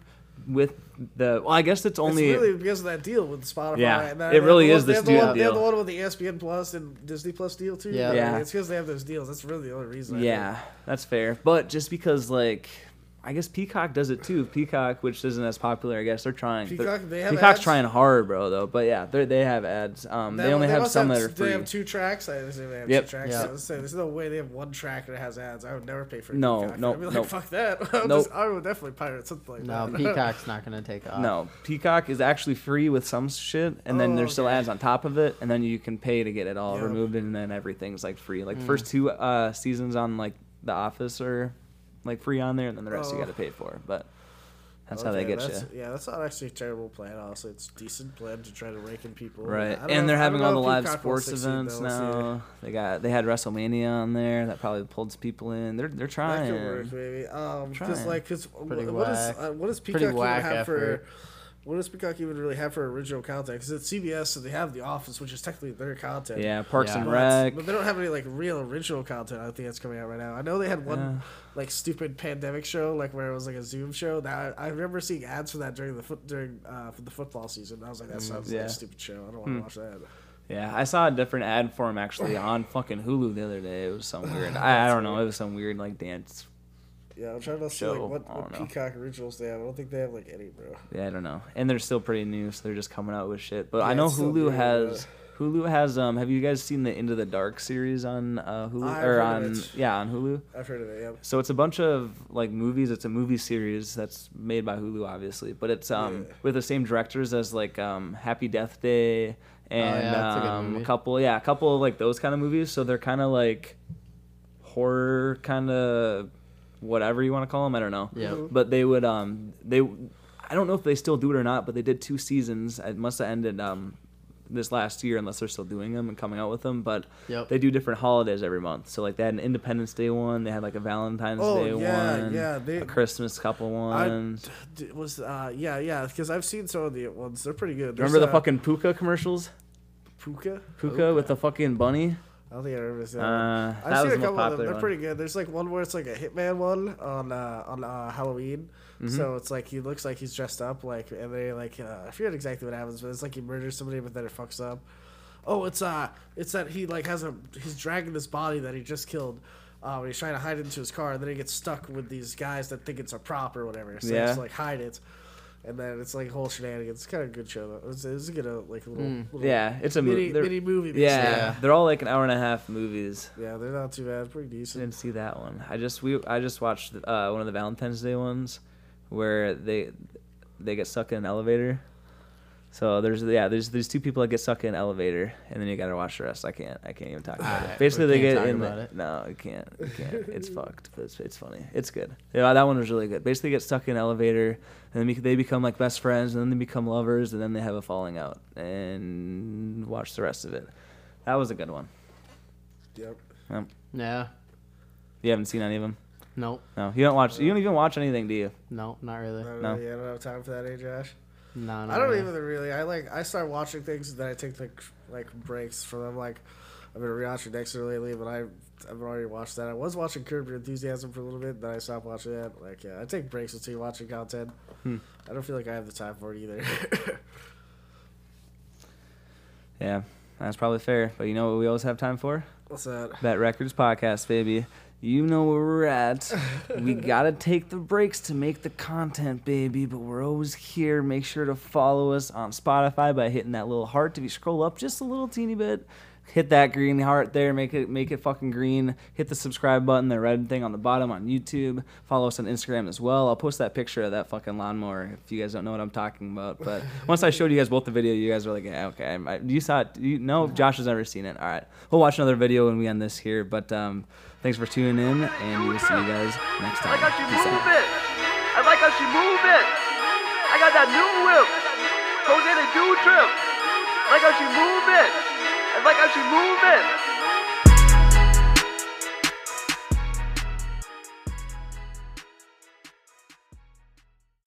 B: with the. Well, I guess it's only.
C: it's really because of that deal with Spotify.
B: Yeah,
C: and
B: it really
C: they
B: is
C: have the
B: this
C: one- they have the
B: deal-
C: one- They have the
B: deal.
C: one with the E ESPN Plus and Disney Plus deal too.
A: Yeah.
C: Like,
B: Yeah.
C: it's because they have those deals. That's really the only reason. I
B: yeah, that's fair. But just because like. I guess Peacock does it too. Peacock, which isn't as popular, I guess they're trying. They're-
C: Peacock, they have
B: Peacock's
C: ads?
B: trying hard, bro. Though, but yeah, they they have ads. Um,
C: That
B: they
C: one-
B: only have
C: must
B: some that
C: t-
B: are free.
C: They have two tracks. I assume they have
B: Yep.
C: two tracks.
A: Yeah.
C: I was saying, there's no way they have one track that has ads. I would never pay for a
B: No,
C: Peacock.
B: no,
C: I'd be like,
B: no.
C: fuck that. I'll
B: Nope.
C: just, I would definitely pirate something like
A: No,
C: that.
A: Peacock's not gonna take off.
B: No, Peacock is actually free with some shit, and then
C: Oh,
B: there's still
C: okay.
B: ads on top of it, and then you can pay to get it all
C: Yeah.
B: removed, and then everything's like free.
C: Mm.
B: Like first two uh, seasons on like The Office are like free on there, and then the rest
C: Oh.
B: you got to pay for. But that's how they
C: Okay,
B: get
C: that's-
B: you.
C: Yeah, that's not actually a terrible plan. Honestly, it's a decent plan to try to rake in people.
B: Right,
C: I don't
B: and
C: know-
B: they're
C: I
B: having all
C: don't
B: the
C: know
B: live
C: if Peacock will
B: sports
C: succeed,
B: events
C: though. We'll see.
B: now. They got they had WrestleMania on there that probably pulled some people in. They're they're
C: That
B: trying.
C: could work, maybe. Um,
B: Trying.
C: because like, because
A: Pretty
C: what is
A: whack.
C: uh, what does
A: Pretty
C: Peacock even
A: whack
C: have
A: effort.
C: for? What does Peacock even really have for original content? Because it's CBS, so they have The Office, which is technically their content.
B: Yeah, Parks
A: Yeah.
B: and
C: But,
B: Rec.
C: but they don't have any like real original content. I think that's coming out right now. I know they had one
B: Yeah.
C: like stupid pandemic show, like where it was like a Zoom show. That I, I remember seeing ads for that during the foot during uh, for the football season. I was like, that sounds
B: Mm,
C: like
B: yeah. Hmm.
C: a stupid show. I don't want to watch that.
B: Yeah, I saw a different ad for him actually on fucking Hulu the other day. It was some weird. I, I don't know. It was some weird like dance.
C: Yeah, I'm trying to see
B: Show,
C: like what,
B: I
C: what
B: don't know.
C: Peacock originals they have. I don't think they have like any, bro.
B: Yeah, I don't know. And they're still pretty new, so they're just coming out with shit. But
C: Yeah,
B: I know
C: it's still
B: Hulu
C: new,
B: has. Hulu has. Um, have you guys seen the Into the Dark series on uh, Hulu
C: I've
B: or
C: heard of
B: on?
C: it.
B: Yeah, on Hulu.
C: I've heard of it. Yeah.
B: So it's a bunch of like movies. It's a movie series that's made by Hulu, obviously, but it's um
C: Yeah.
B: with the same directors as like um Happy Death Day and
A: Oh, yeah, that's a good
B: um, a,
A: movie.
B: couple, yeah, a couple of like those kind of movies. So they're kind of like horror, kind of whatever you want to call them. I don't know.
A: Yeah.
C: Mhm.
B: But they would um they, I don't know if they still do it or not, but they did two seasons. It must have ended um this last year, unless they're still doing them and coming out with them. But
A: Yep.
B: they do different holidays every month. So like they had an Independence Day one, they had like a Valentine's
C: Oh,
B: Day
C: yeah,
B: one,
C: yeah, they-
B: a Christmas couple
C: I
B: ones.
C: d- d- was uh yeah yeah because I've seen some of the ones they're pretty good.
B: remember the
C: There's, uh,
B: fucking Puka commercials?
C: Puka?
B: Puka with the fucking bunny.
C: I don't think I remember seeing.
B: Uh,
C: that one.
B: that
C: I've
B: was
C: seen
B: the most
C: a couple of them.
B: popular
C: They're
B: one.
C: pretty good. There's like one where it's like a hitman one on uh, on uh, Halloween.
B: Mm-hmm.
C: So it's like he looks like he's dressed up like, and they like uh, I forget exactly what happens, but it's like he murders somebody, but then it fucks up. Oh, it's uh, it's that he like has a he's dragging this body that he just killed. Um, and he's trying to hide it into his car, and then he gets stuck with these guys that think it's a prop or whatever. So
B: Yeah.
C: yeah. just like hide it, and then it's like whole shenanigans. It's kind of a good show though. It's, it's a good uh, like little, little
B: Mm, Yeah, it's a
C: mini,
B: movie.
C: mini movie.
B: Yeah,
A: Yeah.
B: they're all like an hour and a half movies.
C: yeah, they're not too bad. Pretty
B: I
C: decent.
B: didn't see that one. I just we I just watched uh, one of the Valentine's Day ones where they they get stuck in an elevator. So there's yeah there's there's two people that get stuck in an elevator and then you gotta watch the rest. I can't I can't even talk about
A: Ah,
B: it. Basically
A: we
B: they
A: can't
B: get
A: talk
B: in the-
A: about it.
B: no you can't you can't it's fucked but it's, it's funny it's good yeah that one was really good. Basically they get stuck in an elevator and then bec- they become like best friends and then they become lovers and then they have a falling out and watch the rest of it. That was a good one.
C: Yep.
A: Yeah.
B: You haven't seen any of them.
A: Nope.
B: No, you don't watch. You don't even watch anything, do you?
A: No, not really.
C: Not
B: No.
C: really. I don't have time for that, eh, Josh?
A: No, not
C: I don't
A: really.
C: even really. I like. I start watching things, and then I take like like breaks from them. Like I've been rewatching Dexter lately, but I I've already watched that. I was watching Curb Your Enthusiasm for a little bit, then I stopped watching that. Like yeah, I take breaks between watching content. I don't feel like I have the time for it either.
B: Yeah, that's probably fair. But you know what we always have time for?
C: What's that?
B: Bet Records podcast, baby. You know where we're at. we gotta take the breaks to make the content, baby. But we're always here. Make sure to follow us on Spotify by hitting that little heart. If you scroll up just a little teeny bit, Hit that green heart there. Make it make it fucking green. Hit the subscribe button, the red thing on the bottom on YouTube. Follow us on Instagram as well. I'll post that picture of that fucking lawnmower if you guys don't know what I'm talking about. But once I showed you guys both the video, you guys were like, yeah, okay, I, you saw it. You, no, Josh has never seen it. All right, we'll watch another video when we end this here. But um, thanks for tuning in, and we'll see you guys next time.
D: I got you
B: Peace out.
D: moving. I like how she moving. I got that new whip. Goes in a new drip. I like how she moving. I like how she moving.